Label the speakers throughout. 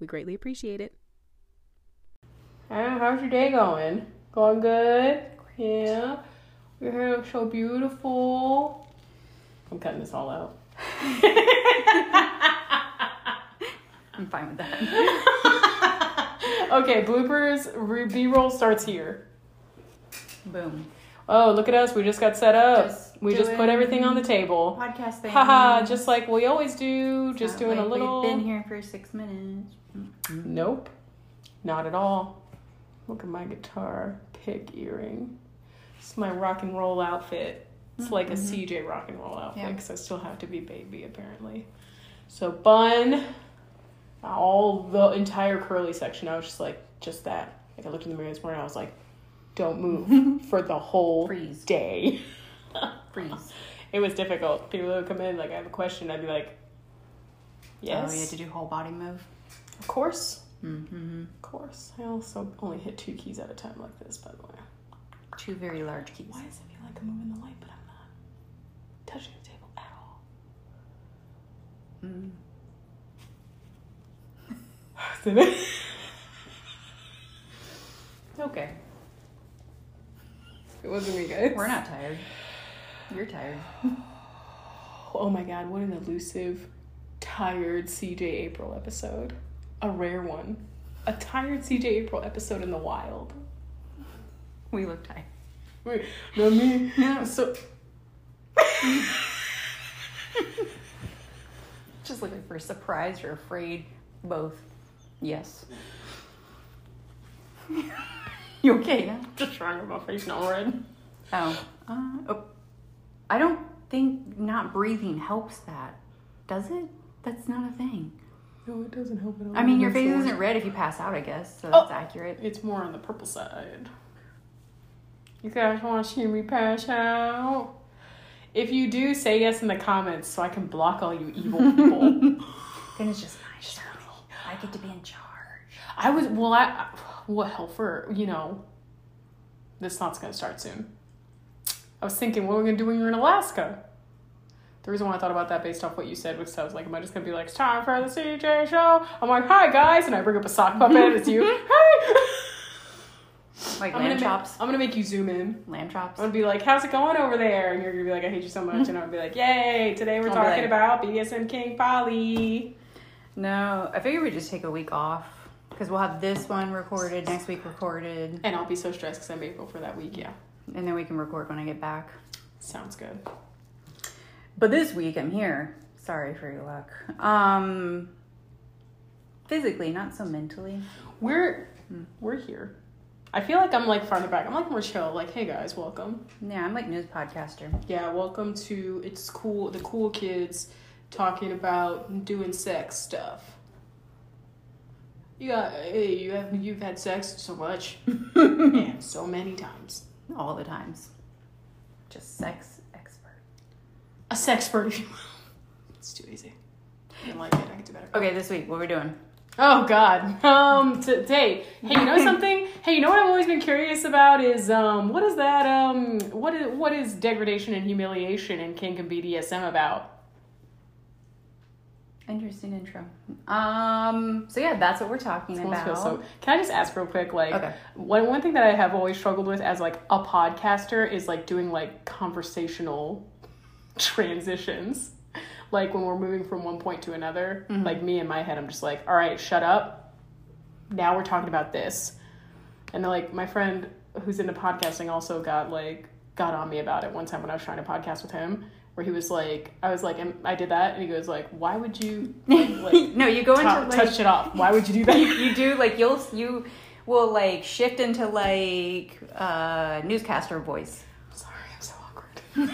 Speaker 1: We greatly appreciate it. how's your day going? Going good? Yeah. Your hair looks so beautiful. I'm cutting this all out.
Speaker 2: I'm fine with that.
Speaker 1: Okay, bloopers, re- B-roll starts here.
Speaker 2: Boom.
Speaker 1: Oh, look at us. We just got set up.
Speaker 2: Just
Speaker 1: we just put
Speaker 2: doing-
Speaker 1: everything on the table.
Speaker 2: Podcast thing.
Speaker 1: Haha, just like we always do. Just
Speaker 2: Not
Speaker 1: doing
Speaker 2: like
Speaker 1: a little.
Speaker 2: We've been here for six minutes.
Speaker 1: Nope. Not at all. Look at my guitar pick earring. It's my rock and roll outfit. It's like a CJ rock and roll outfit
Speaker 2: Mm-hmm. Yeah.
Speaker 1: because I still have to be baby apparently. So bun, all the entire curly section. I was just like, just that. Like I looked in the mirror this morning. I was like, don't move for the whole
Speaker 2: Freeze.
Speaker 1: day.
Speaker 2: Freeze.
Speaker 1: It was difficult. People would come in like, I have a question. I'd be like, yes,
Speaker 2: Oh, we had to do whole body move.
Speaker 1: of course.
Speaker 2: Mm-hmm.
Speaker 1: Of course. I also only hit two keys at a time like this, by the way.
Speaker 2: Two very large keys.
Speaker 1: Why does it feel like I'm moving the light, but I'm not touching the table at all?
Speaker 2: Mm.
Speaker 1: okay. It wasn't me, guys.
Speaker 2: We're not tired. You're tired.
Speaker 1: Oh my god, what an elusive, tired CJ April episode. A rare one. A tired CJ April episode in the wild.
Speaker 2: We look tired.
Speaker 1: Wait, not me. So,
Speaker 2: Just looking for surprised or afraid. Both. Yes. you okay now?
Speaker 1: just trying to get my face not red.
Speaker 2: Oh. Uh, oh. I don't think not breathing helps that. Does it? That's not a thing.
Speaker 1: No, it doesn't help at all.
Speaker 2: I mean, your
Speaker 1: That's
Speaker 2: face
Speaker 1: the worst.
Speaker 2: isn't red if you pass out, I guess, so that's
Speaker 1: Oh.
Speaker 2: accurate.
Speaker 1: It's more on the purple side. You guys want to see me pass out? If you do, say yes in the comments so I can block all you evil people.
Speaker 2: Then it's just my show. I get to be in charge.
Speaker 1: I was well. I I- what helper? You know, this thought's gonna start soon. I was thinking, what are we gonna do when you're in Alaska? The reason why I thought about that based off what you said was I was like, am I just gonna be like, it's time for the CJ show? I'm like, hi guys, and I bring up a sock puppet and it's you. Hi.
Speaker 2: Like
Speaker 1: I'm
Speaker 2: lamb
Speaker 1: gonna, make,
Speaker 2: chops.
Speaker 1: I'm gonna make you zoom in.
Speaker 2: Oh. Lamb chops.
Speaker 1: I'm gonna be like, how's it going over there? And you're gonna be like, I hate you so much. And I'll be like, yay, today we're
Speaker 2: I'll be
Speaker 1: talking
Speaker 2: like-
Speaker 1: about BDSM King Polly.
Speaker 2: No, I figure we just take a week off because we'll have this one recorded, next week recorded,
Speaker 1: And I'll be so stressed because I'm April for that week. Yeah,
Speaker 2: and then we can record when I get back.
Speaker 1: sounds good.
Speaker 2: But this week I'm here. Sorry for your luck. Um, physically, not so mentally.
Speaker 1: We're
Speaker 2: Hmm.
Speaker 1: we're here. I feel like I'm like farther back. I'm like more chill. Like, hey guys, welcome.
Speaker 2: Yeah, I'm like news podcaster.
Speaker 1: Yeah, welcome to it's cool. The cool kids talking about doing sex stuff. You got hey, you have you've had sex so much, and so many times.
Speaker 2: all the times. Just sex expert.
Speaker 1: a sex bird, if you will. It's too easy. I didn't like it. I could do better.
Speaker 2: Okay, this week what we're doing?
Speaker 1: Oh God. Um. Today. Hey, you know something? Hey, you know what I've always been curious about is um. What is that? Um. What is what is degradation and humiliation in kink and BDSM about?
Speaker 2: Interesting intro. Um. So yeah, that's what we're talking
Speaker 1: I almost
Speaker 2: about.
Speaker 1: feel so- Can I just ask real quick? Like,
Speaker 2: Okay.
Speaker 1: one one thing that I have always struggled with as like a podcaster is like doing like conversational transitions. Like when we're moving from one point to another, like me in my head, I'm just like, all right, shut up. Now we're talking about this, and then, like my friend who's into podcasting also got like got on me about it one time when I was trying to podcast with him, where he was like, I was like, "Am- I did that, and he goes like, why would you like, like
Speaker 2: no, you go into
Speaker 1: top-
Speaker 2: like
Speaker 1: touch it off? Why would you do that?
Speaker 2: you do like you'll you will like shift into like uh newscaster voice.
Speaker 1: Sorry, I'm so awkward.
Speaker 2: But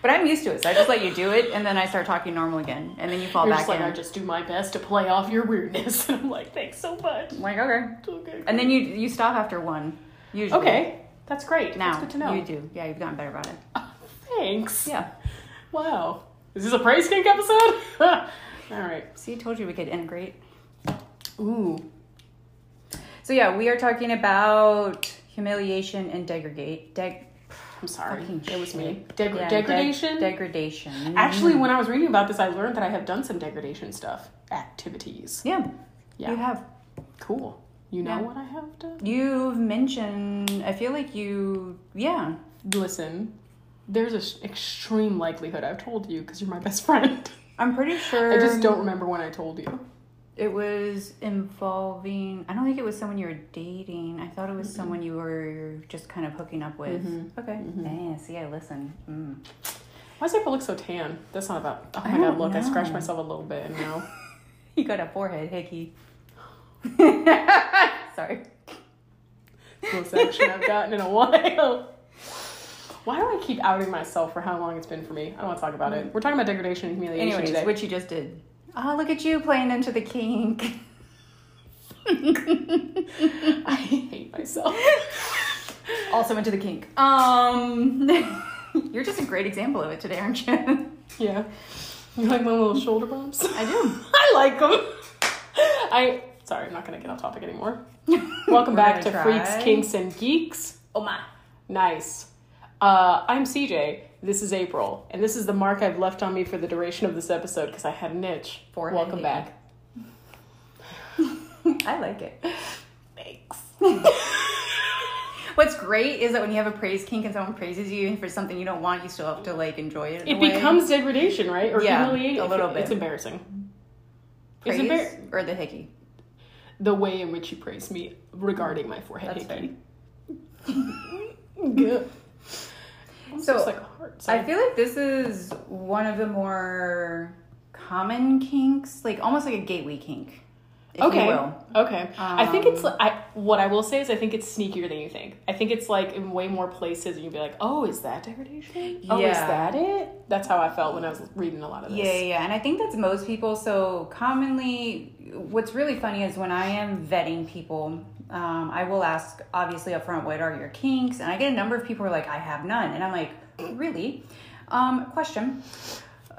Speaker 2: But I'm used to it, so I just let you do it, and then I start talking normal again, and then you fall
Speaker 1: You're
Speaker 2: back
Speaker 1: just like,
Speaker 2: in.
Speaker 1: I just do my best to play off your weirdness. And I'm like, thanks so much.
Speaker 2: I'm like okay,
Speaker 1: It's okay.
Speaker 2: and then you you stop after one. Usually,
Speaker 1: Okay, that's great.
Speaker 2: Now
Speaker 1: that's good to know.
Speaker 2: you do. Yeah, you've gotten better about it.
Speaker 1: Thanks.
Speaker 2: Yeah.
Speaker 1: Wow. Is this a praise kink episode? All right.
Speaker 2: See, told you we could integrate.
Speaker 1: Ooh.
Speaker 2: So yeah, we are talking about humiliation and degregate. Deg-
Speaker 1: I'm sorry.
Speaker 2: Fucking
Speaker 1: it was me.
Speaker 2: shit.
Speaker 1: Deg-
Speaker 2: yeah, deg- mm.
Speaker 1: degradation.
Speaker 2: degradation.
Speaker 1: Actually, when I was reading about this, I learned that I have done some degradation stuff activities.
Speaker 2: yeah,
Speaker 1: Yeah.
Speaker 2: you have.
Speaker 1: Cool. You know
Speaker 2: Yeah.
Speaker 1: what I have done?
Speaker 2: You've mentioned. I feel like you. Yeah.
Speaker 1: Listen, there's an extreme likelihood I've told you because you're my best friend.
Speaker 2: I'm pretty sure.
Speaker 1: I just don't remember when I told you.
Speaker 2: It was involving. I don't think it was someone you were dating. I thought it was someone you were just kind of hooking up with. Okay. Yeah. See, I listen. Mm.
Speaker 1: Why does April look so tan? That's not about. Oh
Speaker 2: I
Speaker 1: my god,
Speaker 2: don't
Speaker 1: look, I scratched
Speaker 2: know.
Speaker 1: myself a little bit and now.
Speaker 2: You got a forehead hickey. Sorry.
Speaker 1: most action I've gotten in a while. Why do I keep outing myself for how long it's been for me? I don't want to talk about it. We're talking about degradation and humiliation
Speaker 2: Anyways,
Speaker 1: today.
Speaker 2: what you just did. Oh, look at you playing into the kink.
Speaker 1: I hate myself.
Speaker 2: also into the kink. Um, you're just a great example of it today, aren't you?
Speaker 1: yeah. You like my little shoulder bumps?
Speaker 2: I do.
Speaker 1: I like them. I sorry, I'm not gonna get off topic anymore. Welcome
Speaker 2: We're
Speaker 1: back to
Speaker 2: gonna try.
Speaker 1: Freaks, Kinks, and Geeks.
Speaker 2: Oh my.
Speaker 1: Nice. Uh, I'm CJ. This is April, and this is the mark I've left on me for the duration of this episode because I had an itch.
Speaker 2: Forehead
Speaker 1: Welcome
Speaker 2: ache.
Speaker 1: back.
Speaker 2: I like it.
Speaker 1: Thanks.
Speaker 2: What's great is that when you have a praise kink and someone praises you for something you don't want, you still have to like enjoy it. in
Speaker 1: It
Speaker 2: a way.
Speaker 1: becomes degradation, right? Or
Speaker 2: Yeah,
Speaker 1: humiliation.
Speaker 2: a little
Speaker 1: It's
Speaker 2: bit.
Speaker 1: embarrassing.
Speaker 2: praise
Speaker 1: It's embar-
Speaker 2: or the hickey.
Speaker 1: the way in which you praise me regarding my forehead
Speaker 2: That's
Speaker 1: hickey. Good.
Speaker 2: So,
Speaker 1: So, like a heart.
Speaker 2: I
Speaker 1: So,
Speaker 2: feel like this is one of the more common kinks, like almost like a gateway kink. If
Speaker 1: okay.
Speaker 2: You will. Um,
Speaker 1: Okay. I think it's li- I what I will say is I think it's sneakier than you think. I think it's like in way more places and you'd be like, "Oh, is that degradation? Oh, is
Speaker 2: Yeah.
Speaker 1: that it?" That's how I felt when I was reading a lot of this.
Speaker 2: Yeah, yeah, yeah, and I think that's most people. So commonly, what's really funny is when I am vetting people, um, I will ask obviously up front, "What are your kinks?" And I get a number of people who are like, "I have none," and I'm like, "Really?" Um, question.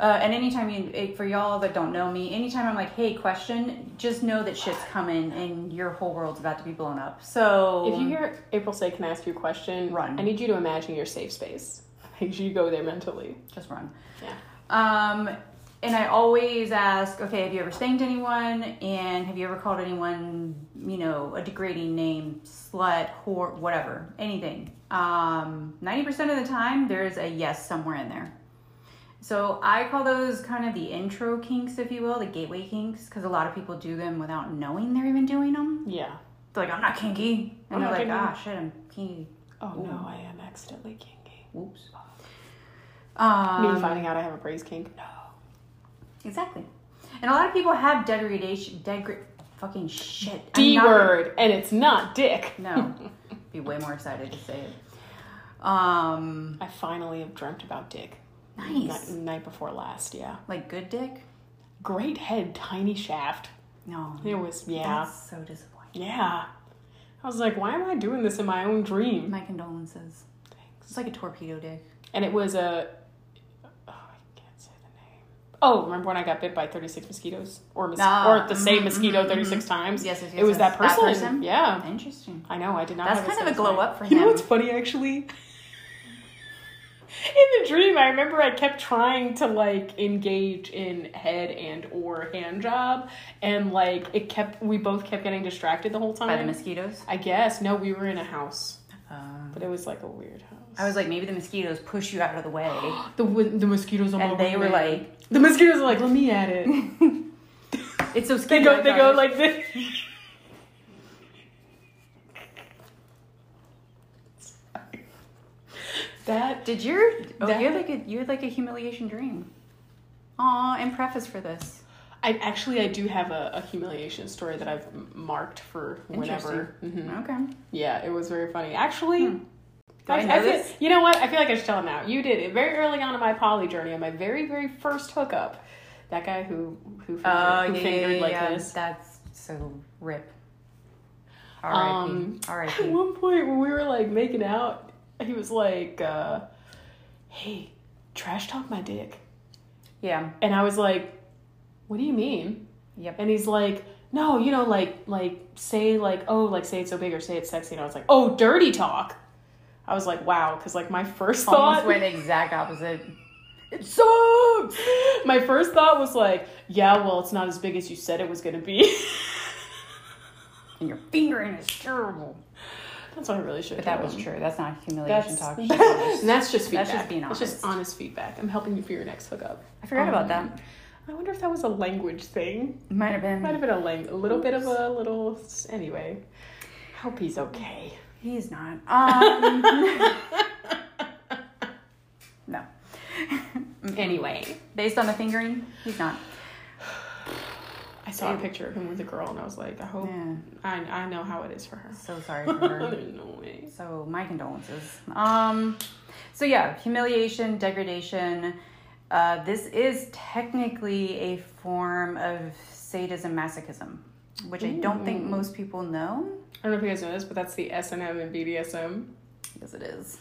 Speaker 2: Uh, and anytime you, eh, for y'all that don't know me, anytime I'm like, "Hey, question," just know that shit's coming and your whole world's about to be blown up. So
Speaker 1: If you hear April say, "Can I ask you a question?"
Speaker 2: Run.
Speaker 1: I need you to imagine your safe space. I need you to go there mentally.
Speaker 2: just run.
Speaker 1: Yeah.
Speaker 2: Um, and I always ask, okay, have you ever thanked anyone? And have you ever called anyone, you know, a degrading name, slut, whore, whatever, anything? Um, 90% of the time, there's a yes somewhere in there. So I call those kind of the intro kinks, if you will, the gateway kinks, because a lot of people do them without knowing they're even doing them.
Speaker 1: Yeah.
Speaker 2: They're like, I'm not kinky. And
Speaker 1: I'm
Speaker 2: they're
Speaker 1: not
Speaker 2: like,
Speaker 1: kinky.
Speaker 2: ah, shit, I'm kinky.
Speaker 1: Oh no, I am accidentally kinky.
Speaker 2: Whoops.
Speaker 1: Me
Speaker 2: Um,
Speaker 1: finding out I have a praise kink. No.
Speaker 2: Exactly. And a lot of people have degradation, degra- fucking shit. I'm
Speaker 1: D
Speaker 2: not-
Speaker 1: word, and it's not dick.
Speaker 2: No. Be way more excited to say it. Um,
Speaker 1: I finally have dreamt about dick. Night,
Speaker 2: nice.
Speaker 1: night before last, yeah.
Speaker 2: Like good dick?
Speaker 1: Great head, tiny shaft.
Speaker 2: No.
Speaker 1: It was, yeah.
Speaker 2: That's so disappointing.
Speaker 1: Yeah. I was like, why am I doing this in my own dream?
Speaker 2: My condolences. It's like a torpedo dick.
Speaker 1: And it was a. Oh, I can't say the name. Oh, remember when I got bit by 36 mosquitoes? Or, mos-
Speaker 2: Ah,
Speaker 1: or the
Speaker 2: mhm,
Speaker 1: same mosquito
Speaker 2: mhm,
Speaker 1: 36 times?
Speaker 2: Yes, yes, yes,
Speaker 1: It was
Speaker 2: yes.
Speaker 1: that
Speaker 2: That
Speaker 1: person.
Speaker 2: person?
Speaker 1: Yeah.
Speaker 2: Interesting.
Speaker 1: I know, I did not
Speaker 2: That's
Speaker 1: have
Speaker 2: kind of a
Speaker 1: satisfying-
Speaker 2: glow up for
Speaker 1: You know
Speaker 2: him.
Speaker 1: what's funny actually? in the dream, I remember I kept trying to like engage in head and or hand job, and like it kept. We both kept getting distracted the whole time.
Speaker 2: By the mosquitoes?
Speaker 1: I guess no, we were in a house,
Speaker 2: Uh,
Speaker 1: but it was like a weird house.
Speaker 2: I was like, maybe the mosquitoes push you out of the way.
Speaker 1: the wi- the mosquitoes all
Speaker 2: And
Speaker 1: over
Speaker 2: they were
Speaker 1: me.
Speaker 2: like,
Speaker 1: the mosquitoes are like let me at it.
Speaker 2: it's so
Speaker 1: They
Speaker 2: scary.
Speaker 1: go they go like this. That
Speaker 2: Did your oh,
Speaker 1: That-
Speaker 2: you're like a you're like a humiliation dream. Aw, and preface for this.
Speaker 1: I actually I do have a, a humiliation story that I've m- marked for whenever.
Speaker 2: Interesting.
Speaker 1: Mhm.
Speaker 2: Okay.
Speaker 1: Yeah, it was very funny. Actually,
Speaker 2: Do I
Speaker 1: That's-
Speaker 2: know
Speaker 1: Hmm. feel-
Speaker 2: this?
Speaker 1: You know what? I feel like I should tell him now. You did it very early on in my poly journey, on my very, very first hookup. That guy who who fingered,
Speaker 2: Oh,
Speaker 1: who
Speaker 2: yeah, yeah,
Speaker 1: fingered
Speaker 2: yeah,
Speaker 1: like
Speaker 2: yeah.
Speaker 1: this.
Speaker 2: That's so rip. Um,
Speaker 1: Um,
Speaker 2: R.I.P. R.I.P.
Speaker 1: At one point when we were like making out, he was like, uh, "Hey, trash talk my dick,"
Speaker 2: yeah.
Speaker 1: and I was like, "What do you mean?"
Speaker 2: Yep.
Speaker 1: And he's like, "No, you know, like like say like oh like say it's so big or say it's sexy." And I was like, "Oh, dirty talk." I was like, "Wow," because like my first
Speaker 2: Almost
Speaker 1: thought
Speaker 2: went exact opposite.
Speaker 1: It sucks. My first thought was like, yeah, well, it's not as big as you said it was gonna be.
Speaker 2: And your fingering is terrible.
Speaker 1: that's what I really should.
Speaker 2: But that was true. That's not humiliation
Speaker 1: That's,
Speaker 2: talk.
Speaker 1: and that's just feedback.
Speaker 2: That's just being
Speaker 1: That's just
Speaker 2: honest.
Speaker 1: honest feedback. I'm helping you for your next hookup.
Speaker 2: I forgot about that.
Speaker 1: I wonder if that was a language thing.
Speaker 2: Um, Might have been.
Speaker 1: Might have been a lang- a little bit of a little. Anyway, hope he's okay.
Speaker 2: He's not. Um, no.
Speaker 1: Anyway,
Speaker 2: Based on the fingering, he's not.
Speaker 1: I saw a picture of him with a girl, and I was like, I hope.
Speaker 2: Yeah.
Speaker 1: I I know how it is for her.
Speaker 2: So sorry for her.
Speaker 1: There's no way.
Speaker 2: So my condolences. Um, so yeah, humiliation, degradation. Uh, this is technically a form of sadism masochism, which I don't think most people know.
Speaker 1: I don't know if you guys know this, but that's the S and M and BDSM.
Speaker 2: Yes, it is.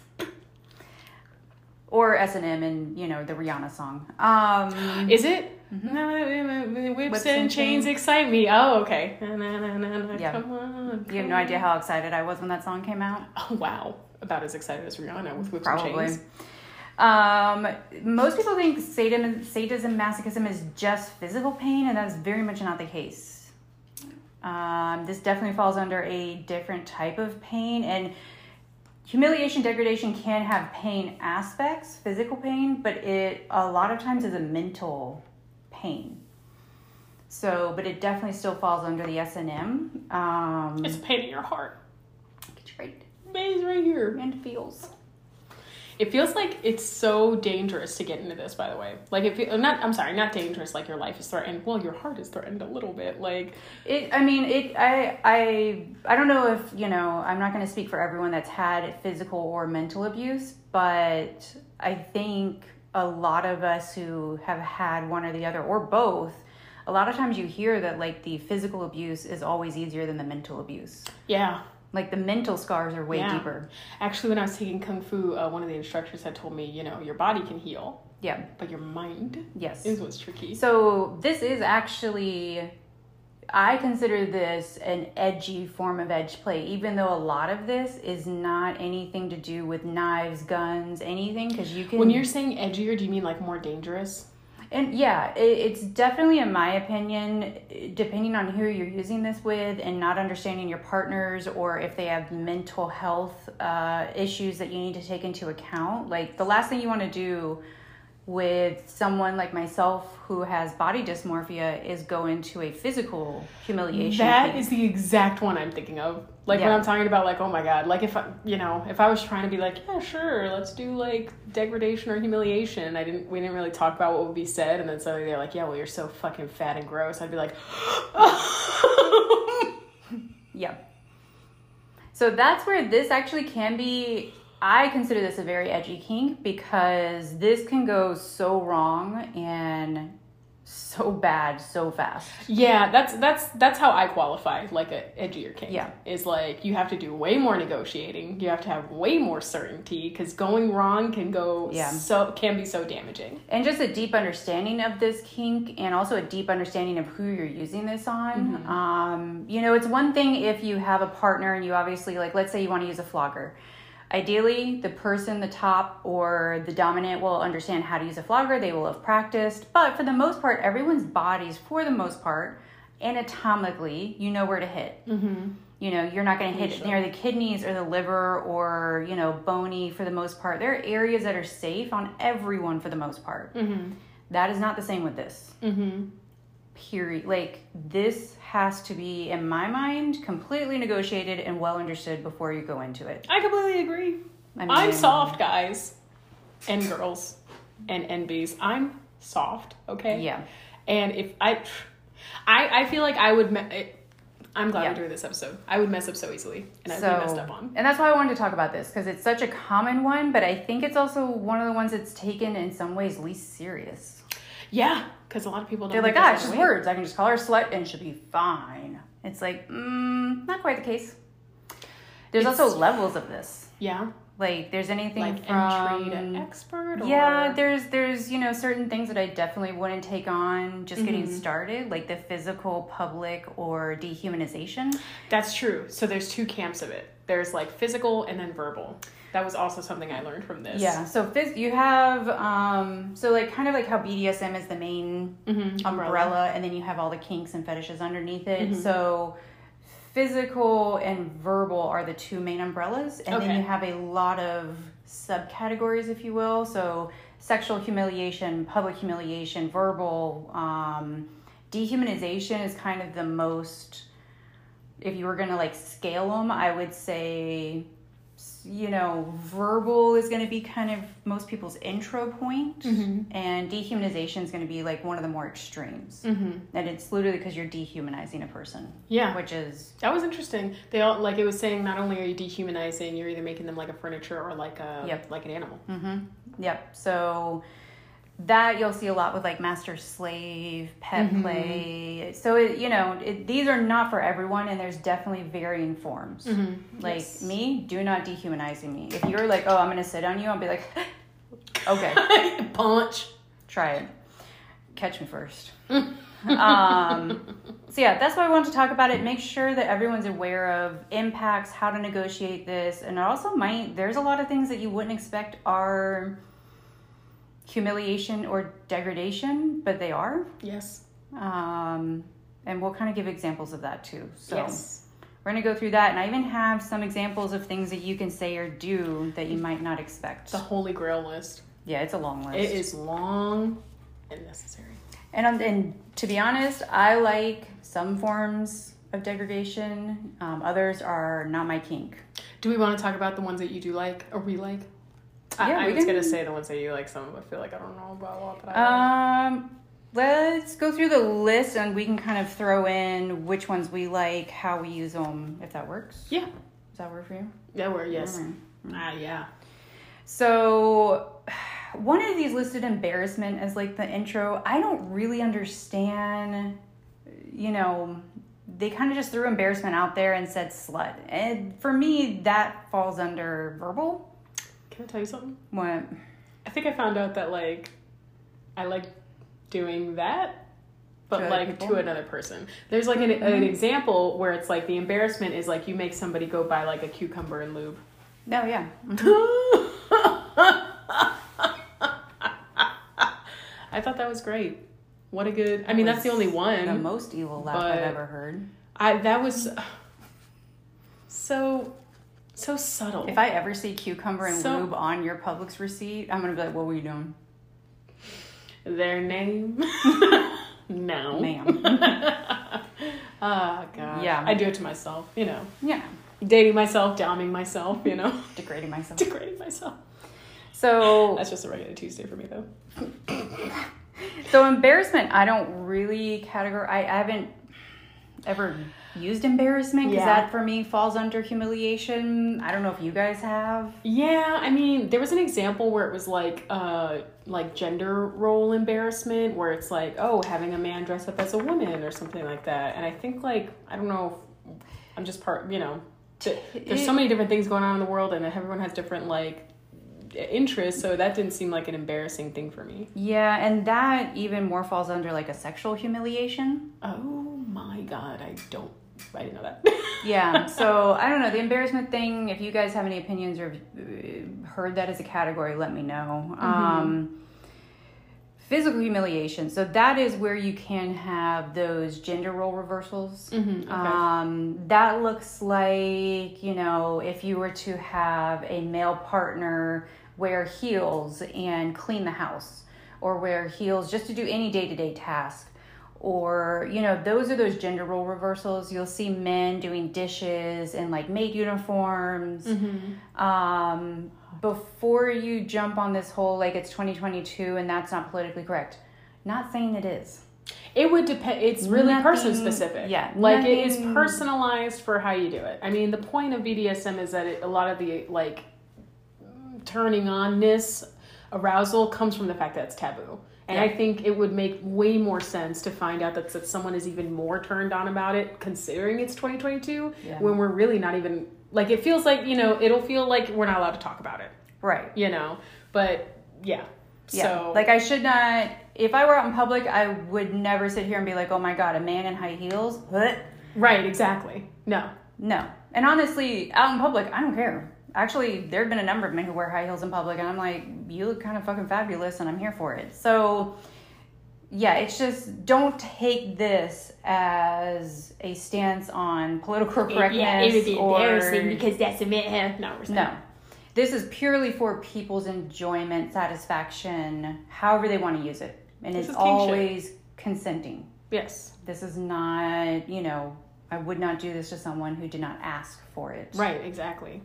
Speaker 2: Or S and M, and you know the Rihanna song. Um,
Speaker 1: Is it? No, Mm-hmm. whips, and, chains excite me. Oh, okay. Na, na, na, na, na,
Speaker 2: Yeah.
Speaker 1: Come on.
Speaker 2: you have
Speaker 1: come
Speaker 2: no idea
Speaker 1: on.
Speaker 2: how excited I was when that song came out.
Speaker 1: Oh, wow. About as excited as Rihanna with whips
Speaker 2: probably.
Speaker 1: and chains.
Speaker 2: Um, most people think sadism, sadism, masochism is just physical pain, and that is very much not the case. Um, this definitely falls under a different type of pain, and humiliation, degradation can have pain aspects, physical pain, but it a lot of times is a mental pain. So, but it definitely still falls under the S and M. Um,
Speaker 1: It's a pain in your heart.
Speaker 2: it's right
Speaker 1: It's right here.
Speaker 2: and feels.
Speaker 1: It feels like it's so dangerous to get into this. By the way, like if you, not, I'm sorry, not dangerous. Like your life is threatened. Well, your heart is threatened a little bit. Like
Speaker 2: It, I mean, it. I, I, I don't know if you know. I'm not going to speak for everyone that's had physical or mental abuse, but I think a lot of us who have had one or the other or both, a lot of times you hear that like the physical abuse is always easier than the mental abuse.
Speaker 1: yeah,
Speaker 2: Like the mental scars are way
Speaker 1: Yeah.
Speaker 2: deeper.
Speaker 1: actually, when I was taking kung fu, uh, one of the instructors had told me, you know, your body can heal,
Speaker 2: Yeah.
Speaker 1: but your mind
Speaker 2: Yes.
Speaker 1: is what's tricky.
Speaker 2: So this is actually I consider this an edgy form of edge play, even though a lot of this is not anything to do with knives, guns, anything, because you can.
Speaker 1: when you're saying edgier, do you mean like more dangerous?
Speaker 2: and yeah, it, it's definitely, in my opinion, depending on who you're using this with, and not understanding your partners or if they have mental health uh, issues that you need to take into account. Like the last thing you want to do with someone like myself who has body dysmorphia is go into a physical humiliation.
Speaker 1: That
Speaker 2: thing.
Speaker 1: is the exact one I'm thinking of. Like when
Speaker 2: Yeah.
Speaker 1: I'm talking about like, oh my god, like if I, you know, if I was trying to be like, yeah, sure, let's do like degradation or humiliation. and I didn't, we didn't really talk about what would be said, and then suddenly they're like, yeah, well, you're so fucking fat and gross. I'd be like,
Speaker 2: Yeah. So that's where this actually can be. I consider this a very edgy kink because this can go so wrong and so bad so fast.
Speaker 1: yeah, that's that's that's how I qualify like a edgier kink.
Speaker 2: Yeah.
Speaker 1: is like you have to do way more negotiating. You have to have way more certainty because going wrong can go
Speaker 2: Yeah.
Speaker 1: so can be so damaging.
Speaker 2: And just a deep understanding of this kink and also a deep understanding of who you're using this on. Um, you know, it's one thing if you have a partner and you obviously, like, let's say you want to use a flogger. Ideally, the person, the top, or the dominant will understand how to use a flogger. They will have practiced. But for the most part, everyone's bodies, for the most part, anatomically, you know where to hit. You know, you're not going to hit near the kidneys or the liver or, you know, bony for the most part. There are areas that are safe on everyone for the most part. That is not the same with this.
Speaker 1: Mm-hmm.
Speaker 2: Period. Like, this has to be, in my mind, completely negotiated and well understood before you go into it.
Speaker 1: I completely agree.
Speaker 2: I mean,
Speaker 1: I'm soft, guys, and girls, and NBs. I'm soft, okay?
Speaker 2: Yeah.
Speaker 1: And if I, I, I feel like I would. Me- I'm glad
Speaker 2: Yeah.
Speaker 1: we're doing this episode. I would mess up so easily, and I'd be messed up on.
Speaker 2: And that's why I wanted to talk about this because it's such a common one, but I think it's also one of the ones that's taken in some ways least serious.
Speaker 1: Yeah, because a lot of people don't.
Speaker 2: They're like,
Speaker 1: think
Speaker 2: ah,
Speaker 1: that's
Speaker 2: it's just
Speaker 1: the way-
Speaker 2: words. I can just call her a slut and she'll be fine. It's like, mm, not quite the case. There's
Speaker 1: It's-
Speaker 2: also levels of this.
Speaker 1: Yeah,
Speaker 2: Like, there's anything
Speaker 1: like
Speaker 2: from
Speaker 1: entry to expert. Or...
Speaker 2: yeah there's there's you know certain things that i definitely wouldn't take on just getting started like the physical public or dehumanization
Speaker 1: that's true. So there's two camps of it. There's like physical and then verbal. That was also something I learned from this.
Speaker 2: yeah so phys- you have um so like kind of like how bdsm is the main
Speaker 1: Mhm.
Speaker 2: umbrella. and then you have all the kinks and fetishes underneath it so physical and verbal are the two main umbrellas and
Speaker 1: Okay.
Speaker 2: then you have a lot of subcategories if you will so sexual humiliation public humiliation verbal um, dehumanization is kind of the most if you were going to like scale them i would say s- you know verbal is going to be kind of most people's intro point,
Speaker 1: Mm-hmm.
Speaker 2: and dehumanization is going to be like one of the more extremes mm-hmm. and it's literally because you're dehumanizing a person
Speaker 1: Yeah.
Speaker 2: which is
Speaker 1: That was interesting. They all like it was saying not only are you dehumanizing, you're either making them like a furniture or like a
Speaker 2: Yep.
Speaker 1: like an animal.
Speaker 2: mm-hmm, Yep. So that you'll see a lot with like master slave, pet play. So it, you know, it, these are not for everyone, and there's definitely varying forms.
Speaker 1: Mm-hmm.
Speaker 2: Mm-hmm. Like me, do not dehumanizing me. If you're like, oh, I'm gonna sit on you, I'll be like, okay,
Speaker 1: Punch.
Speaker 2: try it. Catch me first. um, so yeah, that's why I wanted to talk about it. Make sure that everyone's aware of impacts, how to negotiate this, and it also might. There's a lot of things that you wouldn't expect are humiliation or degradation, but they are.
Speaker 1: Yes.
Speaker 2: Um, and we'll kind of give examples of that too. So
Speaker 1: Yes.
Speaker 2: we're gonna go through that, and I even have some examples of things that you can say or do that you might not expect.
Speaker 1: The holy grail list.
Speaker 2: Yeah, it's a long list.
Speaker 1: It is long and necessary.
Speaker 2: And um, and to be honest, I like some forms of degradation. Um, others are not my kink.
Speaker 1: Do we want to talk about the ones that you do like or we like?
Speaker 2: Yeah,
Speaker 1: I, I
Speaker 2: we
Speaker 1: was
Speaker 2: can-
Speaker 1: gonna say the ones that you like. Some I feel like I don't know about a lot that I like.
Speaker 2: Um, let's go through the list, and we can kind of throw in which ones we like, how we use them, if that works.
Speaker 1: Yeah,
Speaker 2: Does that work for you?
Speaker 1: there were yes.
Speaker 2: Alright.
Speaker 1: Ah, yeah.
Speaker 2: So. One of these listed embarrassment as like the intro. I don't really understand, you know, they kind of just threw embarrassment out there and said slut. And for me, that falls under verbal.
Speaker 1: Can I tell you something?
Speaker 2: What?
Speaker 1: I think I found out that like I like doing that, but
Speaker 2: To other
Speaker 1: like
Speaker 2: people? Mm-hmm.
Speaker 1: to another person. There's like an, an example where it's like the embarrassment is like you make somebody go buy like a cucumber and lube.
Speaker 2: No, yeah. Mm-hmm.
Speaker 1: I thought that was great. What a good. I mean, that's the only
Speaker 2: The
Speaker 1: one.
Speaker 2: most evil laugh I've
Speaker 1: But-
Speaker 2: ever heard.
Speaker 1: I that was so so subtle.
Speaker 2: If I ever see cucumber and
Speaker 1: So-
Speaker 2: lube on your Publix receipt, I'm gonna be like, "What were you doing,
Speaker 1: Their name. no.
Speaker 2: ma'am?"
Speaker 1: Oh god.
Speaker 2: Yeah.
Speaker 1: I do it to myself, you know.
Speaker 2: yeah,
Speaker 1: Dating myself, damning myself, you know.
Speaker 2: degrading myself.
Speaker 1: Degrading myself.
Speaker 2: So,
Speaker 1: That's just a regular Tuesday for me though.
Speaker 2: so embarrassment. I don't really categorize. I, I haven't ever used embarrassment because
Speaker 1: Yeah.
Speaker 2: that for me falls under humiliation. I don't know if you guys have.
Speaker 1: Yeah, I mean, there was an example where it was like uh like gender role embarrassment where it's like, oh, having a man dress up as a woman or something like that. And I think like I don't know if I'm just part, you know, th- there's so many different things going on in the world and everyone has different like interests, so that didn't seem like an embarrassing thing for me.
Speaker 2: Yeah, and that even more falls under like a sexual humiliation.
Speaker 1: Oh my god, I don't I didn't know that.
Speaker 2: yeah so i don't know the embarrassment thing if you guys have any opinions or uh, heard that as a category let me know um, physical humiliation so that is where you can have those gender role reversals
Speaker 1: Mhm, okay.
Speaker 2: um, that looks like you know if you were to have a male partner wear heels and clean the house or wear heels just to do any day-to-day task or you know those are those gender role reversals you'll see men doing dishes and like maid uniforms um, before you jump on this whole like it's 2022 and that's not politically correct not saying it is
Speaker 1: It would depend. It's really
Speaker 2: Nothing-
Speaker 1: person specific.
Speaker 2: yeah,
Speaker 1: like it is
Speaker 2: nothing-
Speaker 1: personalized for how you do it. I mean, the point of BDSM is that it, a lot of the like turning onness arousal comes from the fact that it's taboo. And I
Speaker 2: Yeah.
Speaker 1: think it would make way more sense to find out that, that someone is even more turned on about it, considering it's 2022,
Speaker 2: Yeah.
Speaker 1: when we're really not even like it feels like you know it'll feel like we're not allowed to talk about it,
Speaker 2: Right.
Speaker 1: you know. But yeah,
Speaker 2: Yeah.
Speaker 1: so
Speaker 2: like I should not. If I were out in public, I would never sit here and be like, "Oh my god, a man in high heels." Blech.
Speaker 1: right, exactly. No,
Speaker 2: No. And honestly, out in public, I don't care. Actually, there have been a number of men who wear high heels in public, and I'm like, you look kind of fucking fabulous, and I'm here for it. So, yeah, it's just don't take this as a stance on political correctness or
Speaker 1: that's a man. No, we're
Speaker 2: no. This is purely for people's enjoyment, satisfaction, however they want to use it, and
Speaker 1: This is
Speaker 2: it's
Speaker 1: kink shit.
Speaker 2: always consenting.
Speaker 1: Yes,
Speaker 2: This is not, you know, I would not do this to someone who did not ask for it.
Speaker 1: right, exactly.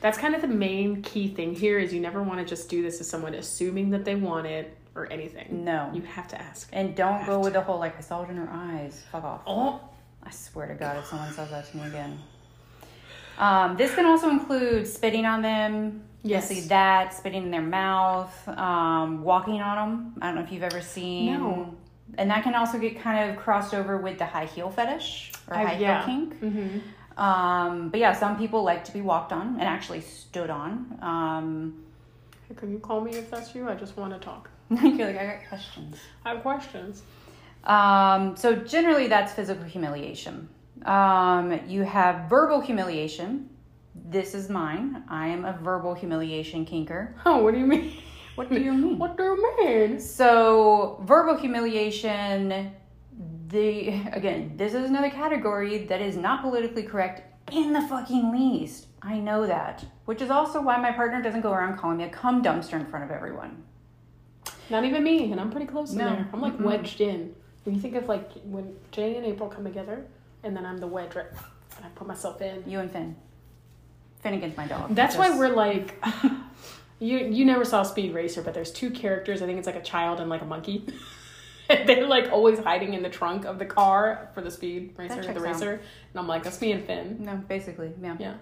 Speaker 1: That's kind of the main key thing here is you never want to just do this to someone assuming that they want it or anything.
Speaker 2: No.
Speaker 1: You have to ask.
Speaker 2: And don't go with the whole like I saw it in her eyes. Fuck off.
Speaker 1: Oh,
Speaker 2: I swear to God, if someone says that to me again. Um, this can also include spitting on them.
Speaker 1: Yes.
Speaker 2: see that spitting in their mouth, um, walking on them. I don't know if you've ever seen.
Speaker 1: No.
Speaker 2: And that can also get kind of crossed over with the high heel fetish or
Speaker 1: I-
Speaker 2: high
Speaker 1: yeah.
Speaker 2: heel kink.
Speaker 1: Mm-hmm.
Speaker 2: Um, but yeah, some people like to be walked on and actually stood on. Um,
Speaker 1: can you call me if that's you? I just want to talk.
Speaker 2: you're like, I got questions.
Speaker 1: I have questions.
Speaker 2: Um, so generally, that's physical humiliation. Um, you have verbal humiliation. This is mine. I am a verbal humiliation kinker.
Speaker 1: Oh, what do you mean?
Speaker 2: What do you mean?
Speaker 1: What do you mean?
Speaker 2: So verbal humiliation. The again, this is another category that is not politically correct in the fucking least. I know that, which is also why my partner doesn't go around calling me a cum dumpster in front of everyone.
Speaker 1: Not even me, and I'm pretty close in
Speaker 2: No.
Speaker 1: there. I'm like wedged in. When you think of like when Jay and April come together, and then I'm the wedge, right? And I put myself in.
Speaker 2: You and Finn. Finnegan's my dog.
Speaker 1: That's why
Speaker 2: Just-
Speaker 1: we're like, you you never saw Speed Racer, but there's two characters. I think it's like a child and like a monkey. And They're like always hiding in the trunk of the car for the Speed Racer, the
Speaker 2: checks out.
Speaker 1: racer, and I'm like, that's me and Finn.
Speaker 2: no, basically, yeah.
Speaker 1: Yeah,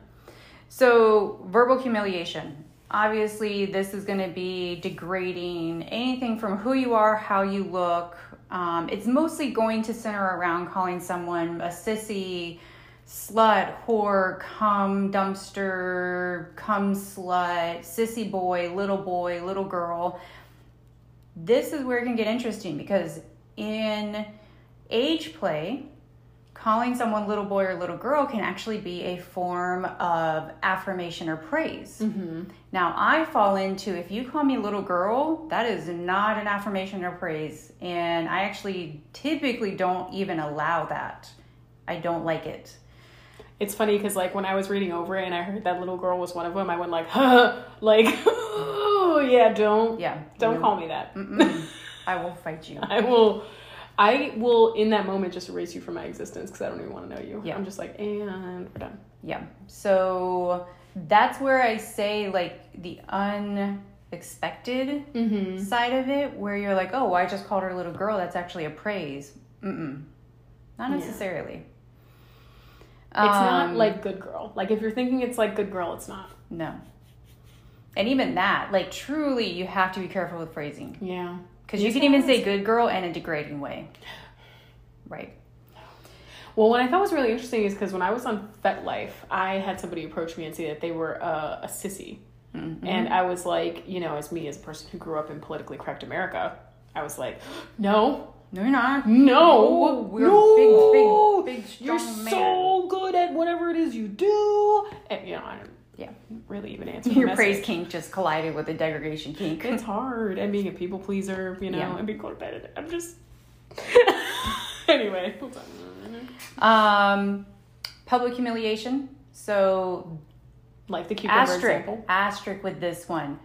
Speaker 2: So, verbal humiliation. Obviously, this is going to be degrading anything from who you are, how you look. Um, it's mostly going to center around calling someone a sissy, slut, whore, cum dumpster, cum slut, sissy boy, little boy, little girl. This is where it can get interesting because in age play, calling someone little boy or little girl can actually be a form of affirmation or praise. Now, I fall into if you call me little girl, that is not an affirmation or praise. And I actually typically don't even allow that. I don't like it.
Speaker 1: it's funny because like when I was reading over it and I heard that little girl was one of them, I went like, huh, like, yeah, don't,
Speaker 2: Yeah.
Speaker 1: don't
Speaker 2: No.
Speaker 1: call me that.
Speaker 2: I will fight you.
Speaker 1: I will, I will in that moment just erase you from my existence because I don't even want to know you.
Speaker 2: Yeah.
Speaker 1: I'm just like, and we're done.
Speaker 2: Yeah. So that's where I say like the unexpected side of it, where you're like, oh, I just called her a little girl. That's actually a praise. Mm-mm. Not
Speaker 1: Yeah.
Speaker 2: necessarily.
Speaker 1: It's not
Speaker 2: Um,
Speaker 1: like good girl. Like if you're thinking it's like good girl, it's not.
Speaker 2: no. And even that, like truly, you have to be careful with phrasing
Speaker 1: Yeah.
Speaker 2: because you can even say "good girl" in a degrading way. Right.
Speaker 1: Well, what I thought was really interesting is because when I was on FetLife, I had somebody approach me and say that they were uh, a sissy.
Speaker 2: Mm-hmm.
Speaker 1: And I was like, you know, as me, as a person who grew up in politically correct America, I was like, no,
Speaker 2: No, you're not.
Speaker 1: no,
Speaker 2: we're
Speaker 1: no,
Speaker 2: big, big, big, strong
Speaker 1: You're
Speaker 2: man.
Speaker 1: so good at whatever it is you do. And, you know, I don't
Speaker 2: yeah.
Speaker 1: really even answer the
Speaker 2: Your
Speaker 1: message.
Speaker 2: praise kink just collided with a degradation kink.
Speaker 1: It's hard. And being a people pleaser, you know,
Speaker 2: Yeah.
Speaker 1: and being competitive. I'm just. anyway, hold on.
Speaker 2: Um, public humiliation. So
Speaker 1: Like the cucumber
Speaker 2: asterisk
Speaker 1: example.
Speaker 2: asterisk with this one.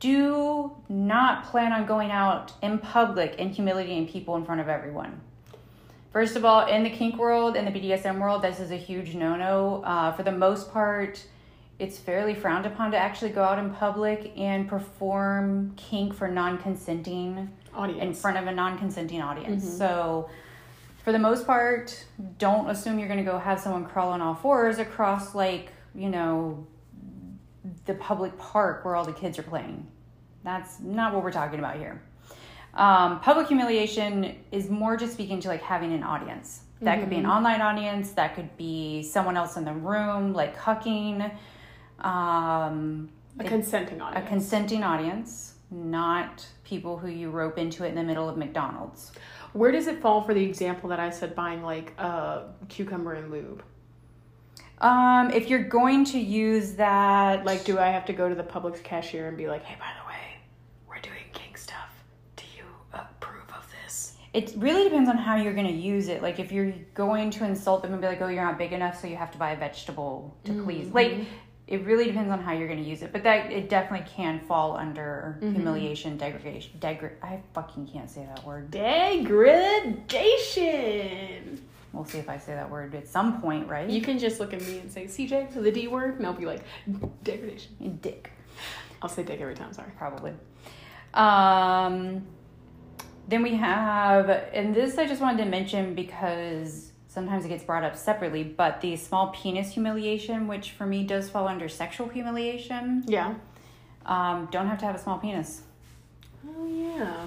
Speaker 2: Do not plan on going out in public and humiliating people in front of everyone. First of all, in the kink world, in the BDSM world, this is a huge no-no. Uh, for the most part, it's fairly frowned upon to actually go out in public and perform kink for non-consenting
Speaker 1: Audience.
Speaker 2: in front of a non-consenting audience. So for the most part, don't assume you're going to go have someone crawl on all fours across like, you know, the public park where all the kids are playing. That's not what we're talking about here. Um, public humiliation is more just speaking to like having an audience. That could be an online audience, that could be someone else in the room, like hucking. Um,
Speaker 1: a consenting
Speaker 2: a
Speaker 1: audience.
Speaker 2: consenting audience, not people who you rope into it in the middle of McDonald's.
Speaker 1: Where does it fall for the example that I said buying like uh, cucumber and lube?
Speaker 2: Um, if you're going to use that,
Speaker 1: Like, do I have to go to the Publix cashier and be like, hey, by the way, we're doing kink stuff. Do you approve of this?
Speaker 2: it really depends on how you're going to use it. Like, if you're going to insult them and be like, "Oh, you're not big enough, so you have to buy a vegetable to please," like. It really depends on how you're going to use it, but that it definitely can fall under humiliation, degradation. Degra- I fucking can't say that word.
Speaker 1: Degradation.
Speaker 2: We'll see if I say that word at some point, right?
Speaker 1: You can just look at me and say, CJ, so the D word, and I'll be like, degradation.
Speaker 2: Dick.
Speaker 1: I'll say dick every time, sorry.
Speaker 2: probably. Um, then we have, and this I just wanted to mention because sometimes it gets brought up separately, but the small penis humiliation, which for me does fall under sexual humiliation.
Speaker 1: Yeah.
Speaker 2: Um, don't have to have a small penis.
Speaker 1: Oh, yeah.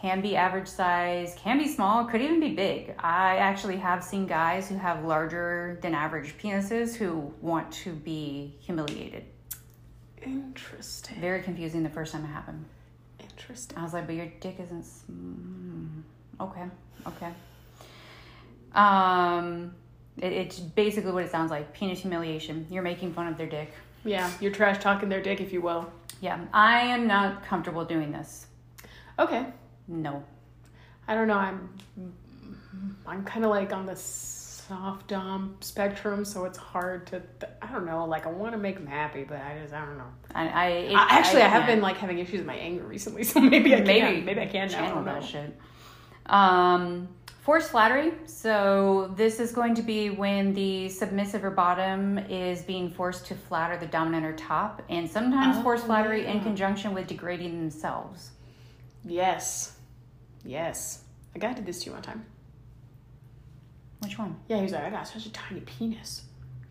Speaker 2: Can be average size, can be small, could even be big. I actually have seen guys who have larger than average penises who want to be humiliated.
Speaker 1: Interesting.
Speaker 2: Very confusing the first time it happened.
Speaker 1: Interesting.
Speaker 2: I was like, but your dick isn't. Sm- okay, okay. Um, it, it's basically what it sounds like penis humiliation. You're making fun of their dick.
Speaker 1: Yeah, you're trash talking their dick, if you will.
Speaker 2: Yeah, I am not comfortable doing this.
Speaker 1: Okay.
Speaker 2: No.
Speaker 1: I don't know. I'm I'm kind of like on the soft dom spectrum, so it's hard to. Th- I don't know. Like I want to make them happy, but I just I don't know.
Speaker 2: I, I, it-
Speaker 1: I, actually, I, have
Speaker 2: can't
Speaker 1: been like having issues with my anger recently, so maybe I can.
Speaker 2: Maybe.
Speaker 1: Maybe, I can now. I
Speaker 2: channel
Speaker 1: don't know.
Speaker 2: that shit. Um, forced flattery. So this is going to be when the submissive or bottom is being forced to flatter the dominant or top, and sometimes forced flattery
Speaker 1: Oh.
Speaker 2: in conjunction with degrading themselves.
Speaker 1: Yes, yes. A guy did this to you one time.
Speaker 2: Which one?
Speaker 1: Yeah, he was like, I got such a tiny penis,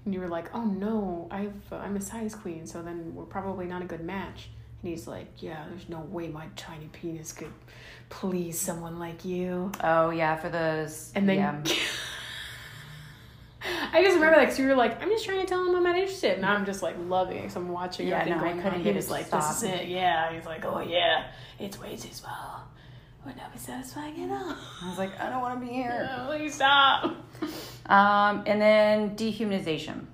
Speaker 1: and you were like, Oh no, I've uh, I'm a size queen, so then we're probably not a good match. And he's like, Yeah, there's no way my tiny penis could please someone like you.
Speaker 2: Oh yeah, for those.
Speaker 1: And then
Speaker 2: yeah.
Speaker 1: I just remember like 'cause you were like, I'm just trying to tell him I'm not interested, and I'm just like loving it. 'cause I'm watching
Speaker 2: Yeah,
Speaker 1: everything
Speaker 2: no, I
Speaker 1: going
Speaker 2: couldn't
Speaker 1: on. He
Speaker 2: get it
Speaker 1: was
Speaker 2: to
Speaker 1: like,
Speaker 2: stop.
Speaker 1: This is it, yeah. He's like, Oh yeah, it's way too small. Would not be satisfying at all.
Speaker 2: I was like, I don't want to be here.
Speaker 1: No, Please stop.
Speaker 2: Um, and then dehumanization,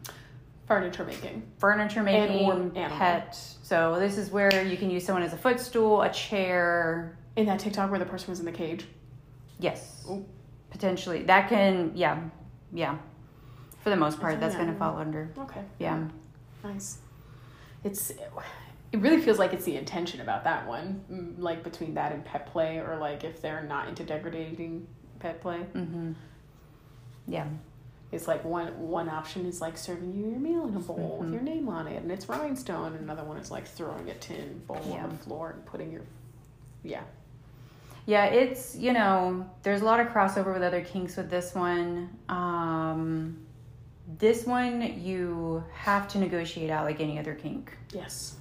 Speaker 1: Furniture making.
Speaker 2: furniture
Speaker 1: or
Speaker 2: making,
Speaker 1: animal.
Speaker 2: pet. So this is where you can use someone as a footstool, a chair.
Speaker 1: In that TikTok where the person was in the cage.
Speaker 2: Yes,
Speaker 1: Ooh.
Speaker 2: potentially that can. Yeah, yeah. For the most part, that's going to fall under.
Speaker 1: Okay.
Speaker 2: Yeah.
Speaker 1: Nice. It's. It really feels like it's the intention about that one, mm, like between that and pet play, or like if they're not into degrading pet play.
Speaker 2: Mm-hmm. Yeah.
Speaker 1: It's like one one option is like serving you your meal in a bowl with your name on it, and it's rhinestone. and Another one is like throwing a tin bowl
Speaker 2: Yeah.
Speaker 1: on the floor and putting your yeah.
Speaker 2: Yeah, it's you know, there's a lot of crossover with other kinks with this one. Um, this one you have to negotiate out like any other kink.
Speaker 1: Yes,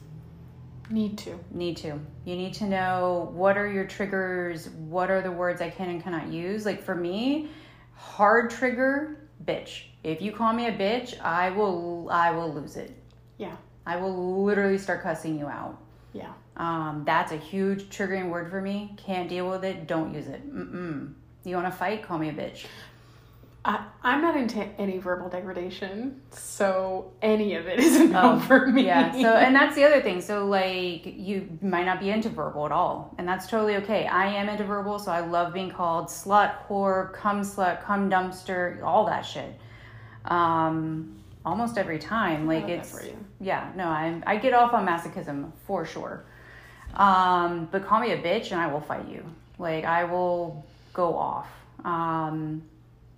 Speaker 1: need to.
Speaker 2: Need to. You need to know what are your triggers, what are the words I can and cannot use. Like for me, hard trigger, bitch. If you call me a bitch, I will I will lose it.
Speaker 1: Yeah,
Speaker 2: I will literally start cussing you out.
Speaker 1: yeah.
Speaker 2: Um, that's a huge triggering word for me. Can't deal with it. Don't use it. Mm-mm. You want to fight? Call me a bitch.
Speaker 1: I I'm not into any verbal degradation, so any of it is a no
Speaker 2: Oh,
Speaker 1: for me.
Speaker 2: Yeah. So, and that's the other thing. So, like, you might not be into verbal at all, and that's totally okay. I am into verbal, so I love being called slut, whore, cum slut, cum dumpster, all that shit. Um, almost every time, like
Speaker 1: love that
Speaker 2: it's
Speaker 1: for you.
Speaker 2: yeah. No, I I get off on masochism for sure. Um, but call me a bitch, and I will fight you. Like I will go off. Um,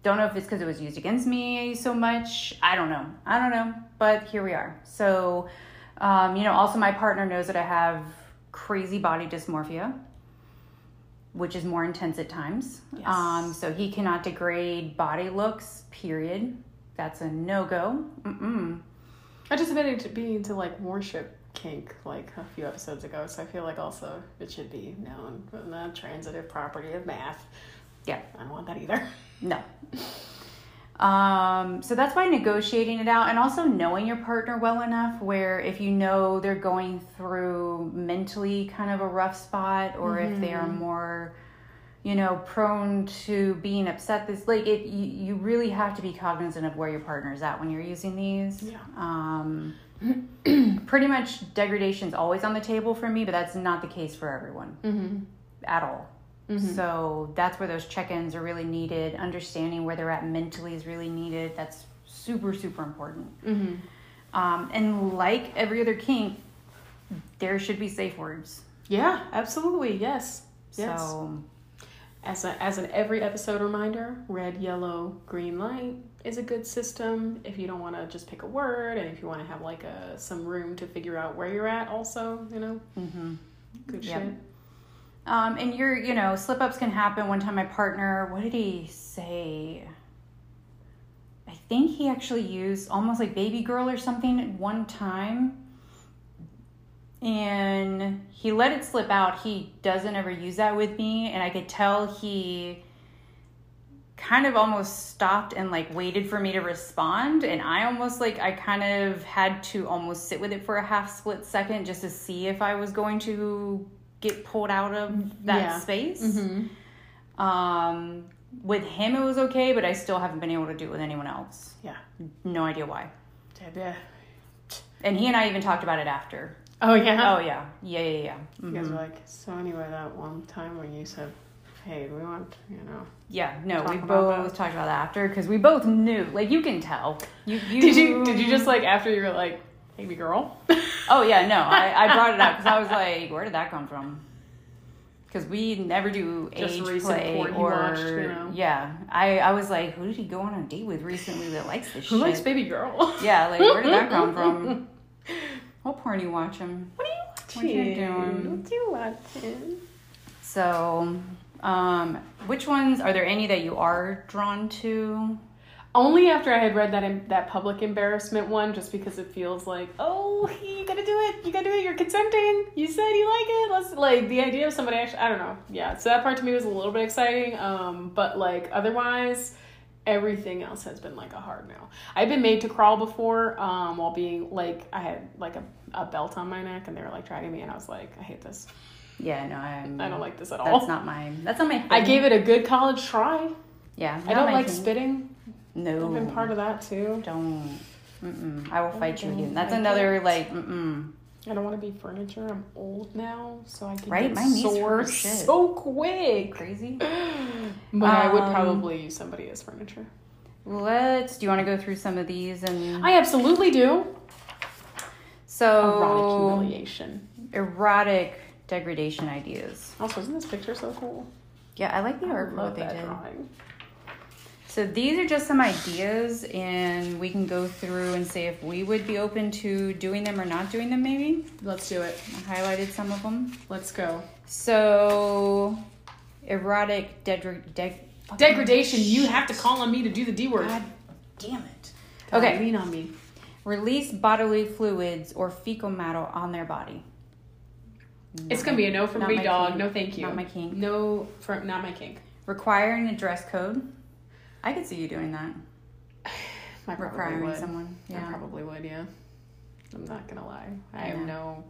Speaker 2: don't know if it's because it was used against me so much. I don't know. I don't know. But here we are. So, um, you know, also my partner knows that I have crazy body dysmorphia, which is more intense at times. Um, so he cannot degrade body looks, period. That's a no go. Mm-mm.
Speaker 1: I just admitted to being into like worship kink like a few episodes ago, so I feel like also it should be known from the transitive property of math.
Speaker 2: Yeah.
Speaker 1: I don't want that either.
Speaker 2: No. Um, so that's why negotiating it out and also knowing your partner well enough where if you know they're going through mentally kind of a rough spot or if they are more you know prone to being upset this like it you, you really have to be cognizant of where your partner is at when you're using these
Speaker 1: Yeah.
Speaker 2: um pretty much degradation's always on the table for me but that's not the case for everyone
Speaker 1: Mm-hmm.
Speaker 2: at all. So that's where those check ins are really needed. Understanding where they're at mentally is really needed. That's super, super important.
Speaker 1: Mm-hmm.
Speaker 2: Um, and like every other kink, there should be safe words.
Speaker 1: Yeah, absolutely. Yes. Yes.
Speaker 2: So,
Speaker 1: As, a, as an every episode reminder, red, yellow, green light is a good system. If you don't want to just pick a word, and if you want to have like a some room to figure out where you're at, also, you know,
Speaker 2: hmm
Speaker 1: good
Speaker 2: Yep.
Speaker 1: shit.
Speaker 2: um, and you're, you know, slip ups can happen. One time, my partner, what did he say? I think he actually used almost like baby girl or something at one time. And he let it slip out. He doesn't ever use that with me. And I could tell he kind of almost stopped and like waited for me to respond. And I almost like, I kind of had to almost sit with it for a half split second just to see if I was going to get pulled out of that
Speaker 1: Yeah.
Speaker 2: space.
Speaker 1: Mm-hmm.
Speaker 2: Um, with him, it was okay, but I still haven't been able to do it with anyone else.
Speaker 1: Yeah.
Speaker 2: No idea why.
Speaker 1: Yeah.
Speaker 2: And he and I even talked about it after.
Speaker 1: Oh yeah.
Speaker 2: Oh yeah, yeah, yeah, yeah.
Speaker 1: You
Speaker 2: Mhm.
Speaker 1: guys were like, so anyway, that one time when you said, hey, we want, you know.
Speaker 2: Yeah, no,
Speaker 1: Talk
Speaker 2: we
Speaker 1: about
Speaker 2: both talked about that after because we both knew. Like you can tell. You, you
Speaker 1: Did you, did you just like, after you were like, baby girl?
Speaker 2: Oh yeah, no, I, I brought it up because I was like, where did that come from? Because we never do
Speaker 1: Just
Speaker 2: age
Speaker 1: recent
Speaker 2: play
Speaker 1: porn
Speaker 2: or
Speaker 1: you watched, you know?
Speaker 2: yeah. I I was like, who did he go on a date with recently that likes this
Speaker 1: Who
Speaker 2: shit?
Speaker 1: likes baby girl?
Speaker 2: Yeah, like where did that come from? What porn you watch him?
Speaker 1: What
Speaker 2: What are you doing?
Speaker 1: What are you watching?
Speaker 2: So, um, which ones are there any that you are drawn to?
Speaker 1: Only after I had read that em- that public embarrassment one, just because it feels like, oh, you gotta do it, you gotta do it. You're consenting. You said you like it. Let's like the idea of somebody actually. I don't know. Yeah. So that part to me was a little bit exciting. Um, but like otherwise. Everything else has been like a hard no. I've been made to crawl before, um, while being like I had like a, a belt on my neck and they were like dragging me and I was like, I hate this.
Speaker 2: Yeah, no, I'm,
Speaker 1: I don't like this at all.
Speaker 2: That's not my. That's not my.
Speaker 1: I
Speaker 2: thing.
Speaker 1: gave it a good college try.
Speaker 2: Yeah,
Speaker 1: I don't like spitting.
Speaker 2: No,
Speaker 1: I've been part of that too.
Speaker 2: don't. Mm-mm. I will fight you again. That's
Speaker 1: I
Speaker 2: another like. Mm-mm.
Speaker 1: I don't want to be furniture. I'm old now, so I can
Speaker 2: Right,
Speaker 1: get
Speaker 2: my knees
Speaker 1: sore
Speaker 2: hurt shit.
Speaker 1: so quick.
Speaker 2: Crazy.
Speaker 1: but I would
Speaker 2: Um,
Speaker 1: probably use somebody as furniture.
Speaker 2: Let's. Do you want to go through some of these and
Speaker 1: I absolutely do. Erotic
Speaker 2: so
Speaker 1: humiliation.
Speaker 2: erotic degradation ideas?
Speaker 1: Also, isn't this picture so cool?
Speaker 2: Yeah, I like the
Speaker 1: I
Speaker 2: artwork
Speaker 1: love
Speaker 2: they
Speaker 1: that
Speaker 2: did.
Speaker 1: drawing.
Speaker 2: So these are just some ideas, and we can go through and say if we would be open to doing them or not doing them. Maybe
Speaker 1: Let's do it.
Speaker 2: I highlighted some of them.
Speaker 1: Let's go.
Speaker 2: So erotic deg- deg-
Speaker 1: Degradation. You have to call on me to do the D word.
Speaker 2: God damn it.
Speaker 1: God,
Speaker 2: Okay.
Speaker 1: Lean on me.
Speaker 2: Release bodily fluids or fecal matter on their body.
Speaker 1: It's gonna be a no from
Speaker 2: Not
Speaker 1: me,
Speaker 2: my
Speaker 1: dog.
Speaker 2: kink.
Speaker 1: No, thank you.
Speaker 2: Not my kink.
Speaker 1: No, from not my kink.
Speaker 2: Requiring a dress code. I could see you doing that.
Speaker 1: I probably
Speaker 2: Requiring
Speaker 1: would.
Speaker 2: someone.
Speaker 1: I
Speaker 2: Yeah.
Speaker 1: probably would, yeah. I'm not gonna lie. I have
Speaker 2: Yeah.
Speaker 1: no.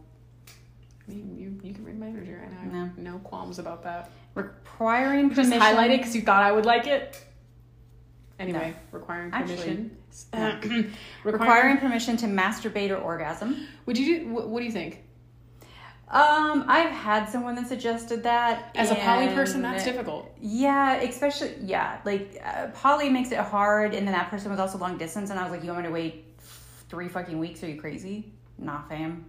Speaker 1: I mean, you you can read my energy right now. I have no qualms about that.
Speaker 2: Requiring
Speaker 1: Just
Speaker 2: permission.
Speaker 1: highlight it because you thought I would like it. Anyway, requiring
Speaker 2: Actually,
Speaker 1: permission.
Speaker 2: no.
Speaker 1: requiring,
Speaker 2: Requiring permission to masturbate or orgasm.
Speaker 1: Would you do? What, what do you think?
Speaker 2: Um, I've had someone that suggested that.
Speaker 1: As a poly person,
Speaker 2: and-
Speaker 1: that's difficult.
Speaker 2: Yeah, especially yeah, like uh, poly makes it hard, and then that person was also long distance, and I was like, you want me to wait three fucking weeks? Are you crazy? Nah, fam.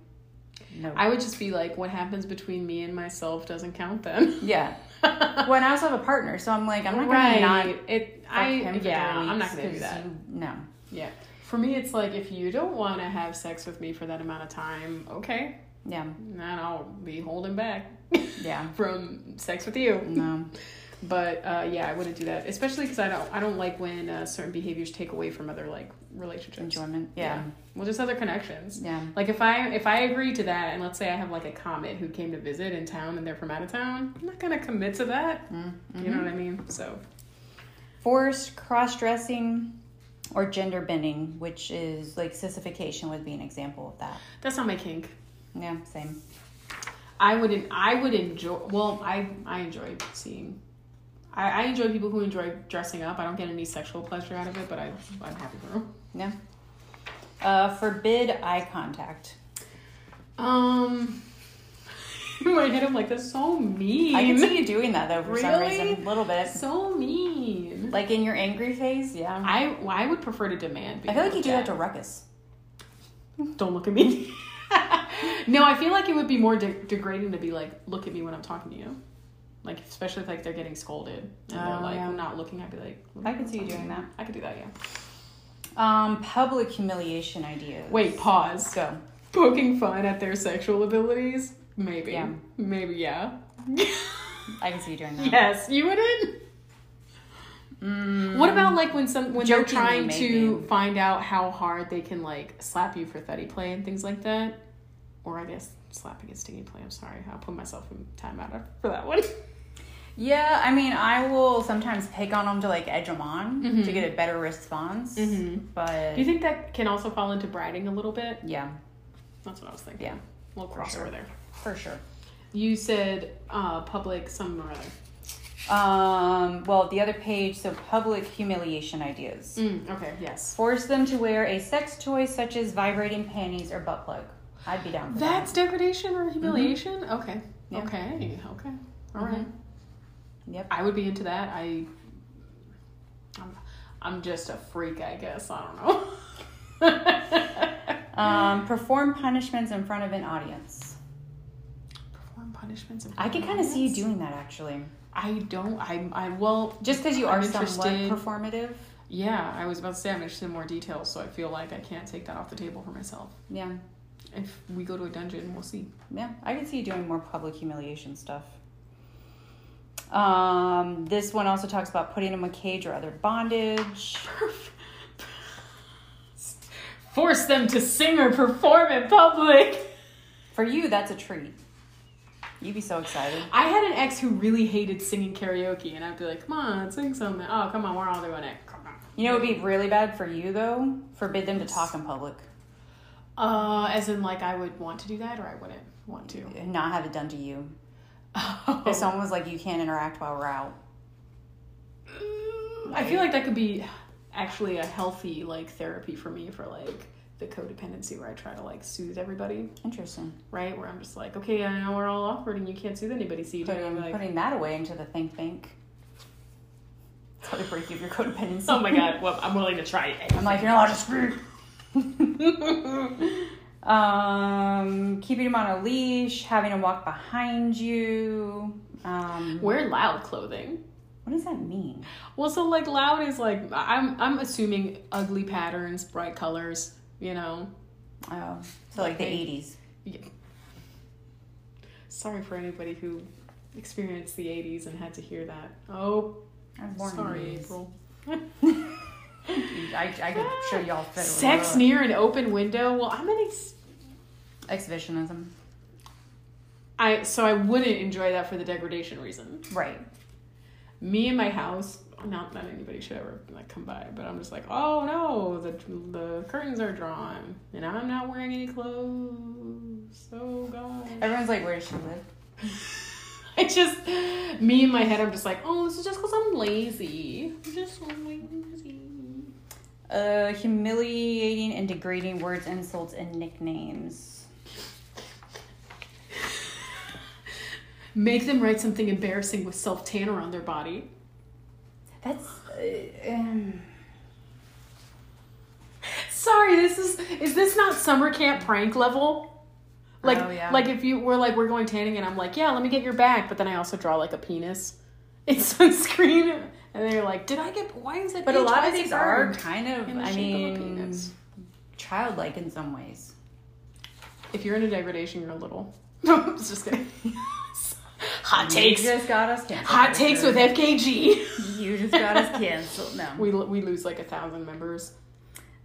Speaker 2: No.
Speaker 1: I would just be like, what happens between me and myself doesn't count then.
Speaker 2: yeah.
Speaker 1: I'm
Speaker 2: Well, and I also have a partner, so I'm like, I'm not gonna not. Fuck
Speaker 1: It. I
Speaker 2: him for
Speaker 1: yeah.
Speaker 2: three
Speaker 1: I'm not
Speaker 2: weeks
Speaker 1: gonna do
Speaker 2: 'cause
Speaker 1: that.
Speaker 2: you- no.
Speaker 1: Yeah. For me, it's like if you don't want to have sex with me for that amount of time, okay,
Speaker 2: Yeah.
Speaker 1: and I'll be holding back
Speaker 2: Yeah.
Speaker 1: from sex with you.
Speaker 2: No.
Speaker 1: But uh, yeah, I wouldn't do that, especially because I don't I don't like when uh, certain behaviors take away from other like relationships.
Speaker 2: Enjoyment. Yeah.
Speaker 1: Well, just other connections.
Speaker 2: Yeah.
Speaker 1: Like if I if I agree to that, and let's say I have like a comet who came to visit in town and they're from out of town, I'm not gonna commit to that. You know what I mean? So
Speaker 2: Forced cross dressing or gender bending, which is like sissification would be an example of that.
Speaker 1: that's not my kink.
Speaker 2: Yeah, same.
Speaker 1: I would I would enjoy. Well, I I enjoy seeing. I, I enjoy people who enjoy dressing up. I don't get any sexual pleasure out of it, but I I'm happy for them.
Speaker 2: Yeah. Uh, forbid eye contact.
Speaker 1: Um, in my head, I'm like that's so mean.
Speaker 2: I can see you doing that though for some
Speaker 1: Really?
Speaker 2: reason. A little bit.
Speaker 1: so mean.
Speaker 2: Like in your angry phase, yeah.
Speaker 1: I well, I would prefer to demand.
Speaker 2: I
Speaker 1: being
Speaker 2: feel like you
Speaker 1: looked
Speaker 2: do
Speaker 1: at.
Speaker 2: that to Ruckus.
Speaker 1: Don't look at me. no, I feel like it would be more de- degrading to be like, look at me when I'm talking to you. Like, especially if like they're getting scolded and they're
Speaker 2: Oh,
Speaker 1: like
Speaker 2: yeah.
Speaker 1: not looking, I'd be like,
Speaker 2: I can see you doing that.
Speaker 1: I could do that, yeah.
Speaker 2: Um, public humiliation ideas.
Speaker 1: Wait, pause.
Speaker 2: Go.
Speaker 1: Poking fun at their sexual abilities? Maybe.
Speaker 2: Yeah.
Speaker 1: Maybe, yeah.
Speaker 2: I can see you doing that.
Speaker 1: yes, you wouldn't? What about like when some when they're
Speaker 2: Mm. Jokingly,
Speaker 1: trying to
Speaker 2: maybe.
Speaker 1: find out how hard they can like slap you for thuddy play and things like that? Or I guess slapping is stingy play. I'm sorry, I'll put myself in timeout for that one.
Speaker 2: Yeah, I mean, I will sometimes pick on them to like edge them on to get a better response. But
Speaker 1: Mm-hmm. Do you think that can also fall into briding a little bit?
Speaker 2: yeah,
Speaker 1: That's what I was thinking.
Speaker 2: yeah,
Speaker 1: A little crossover
Speaker 2: sure.
Speaker 1: there.
Speaker 2: for sure.
Speaker 1: You said uh, public some or other.
Speaker 2: Um, well, the other page, so public humiliation ideas.
Speaker 1: Mm, okay, yes.
Speaker 2: Force them to wear a sex toy such as vibrating panties or butt plug. I'd be down for that.
Speaker 1: That's degradation or humiliation? Okay.
Speaker 2: Yeah.
Speaker 1: Okay. Okay. All right.
Speaker 2: Yep.
Speaker 1: I would be into that. I I'm, I'm just a freak, I guess. I don't know.
Speaker 2: Um, perform punishments in front of an audience.
Speaker 1: Perform punishments. in
Speaker 2: I
Speaker 1: front
Speaker 2: could
Speaker 1: of
Speaker 2: kind of see you
Speaker 1: audience?
Speaker 2: doing that actually.
Speaker 1: I don't. I. I. Well,
Speaker 2: Just because you are
Speaker 1: I'm
Speaker 2: somewhat
Speaker 1: interested.
Speaker 2: performative.
Speaker 1: yeah. I was about to say I'm interested in more details, so I feel like I can't take that off the table for myself.
Speaker 2: Yeah.
Speaker 1: If we go to a dungeon, we'll see.
Speaker 2: Yeah, I could see you doing more public humiliation stuff. Um, this one also talks about putting them in a cage or other bondage.
Speaker 1: Force them to sing or perform in public.
Speaker 2: For you, that's a treat. You'd be so excited.
Speaker 1: I had an ex who really hated singing karaoke, and I'd be like, "Come on, sing something." Oh, come on, we're all doing it. Come on.
Speaker 2: You know, it would be really bad for you though. Forbid them to talk in public
Speaker 1: Uh, as in, like, I would want to do that, or I wouldn't want to.
Speaker 2: and not have it done to you. If someone was like, "You can't interact while we're out,"
Speaker 1: I feel like that could be actually a healthy like therapy for me for like the codependency where I try to like soothe everybody,
Speaker 2: interesting.
Speaker 1: right? Where I'm just like, okay, I know we're all awkward and you can't soothe anybody, so you do.
Speaker 2: Putting,
Speaker 1: I'm like,
Speaker 2: putting that away into the think bank. It's how to break you of your codependency.
Speaker 1: oh my god, well, I'm willing to try it.
Speaker 2: I'm like, you're not allowed to scream. um, keeping him on a leash, having him walk behind you. Um,
Speaker 1: Wear loud clothing.
Speaker 2: what does that mean?
Speaker 1: Well, so like loud is like I'm I'm assuming ugly patterns, bright colors, you know.
Speaker 2: Oh, so like the
Speaker 1: Okay.
Speaker 2: 80s.
Speaker 1: Yeah. Sorry for anybody who experienced the 80s and had to hear that. Oh,
Speaker 2: I was born in
Speaker 1: sorry,
Speaker 2: the 80s.
Speaker 1: April.
Speaker 2: I, I could show y'all fit
Speaker 1: Sex near an open window. Well, I'm an ex-
Speaker 2: exhibitionism.
Speaker 1: I so I wouldn't enjoy that for the degradation reason.
Speaker 2: Right.
Speaker 1: Me and my house. Not that anybody should ever like come by, but I'm just like, oh no, the the curtains are drawn and I'm not wearing any clothes. Oh god.
Speaker 2: Everyone's like, where does she live?
Speaker 1: I just me in my head. I'm just like, oh, this is just because I'm lazy. I'm just so lazy.
Speaker 2: Uh, humiliating and degrading words, insults, and nicknames.
Speaker 1: Make them write something embarrassing with self tanner on their body.
Speaker 2: That's. Uh, um,
Speaker 1: Sorry, this is is this not summer camp prank level? Like
Speaker 2: Oh, yeah.
Speaker 1: like if you were like we're going tanning and I'm like, yeah, let me get your back, but then I also draw like a penis in sunscreen and they're like, did I get why is it?
Speaker 2: but a
Speaker 1: itch?
Speaker 2: lot
Speaker 1: Why
Speaker 2: of
Speaker 1: is it
Speaker 2: these are
Speaker 1: burned
Speaker 2: kind of,
Speaker 1: in the
Speaker 2: I
Speaker 1: shape
Speaker 2: mean,
Speaker 1: of a penis.
Speaker 2: childlike in some ways.
Speaker 1: If you're in a degradation, you're a little. I was just kidding. Hot takes.
Speaker 2: You just got us canceled.
Speaker 1: Hot takes with FKG.
Speaker 2: You just got us canceled. No.
Speaker 1: We, l- we lose like a thousand members.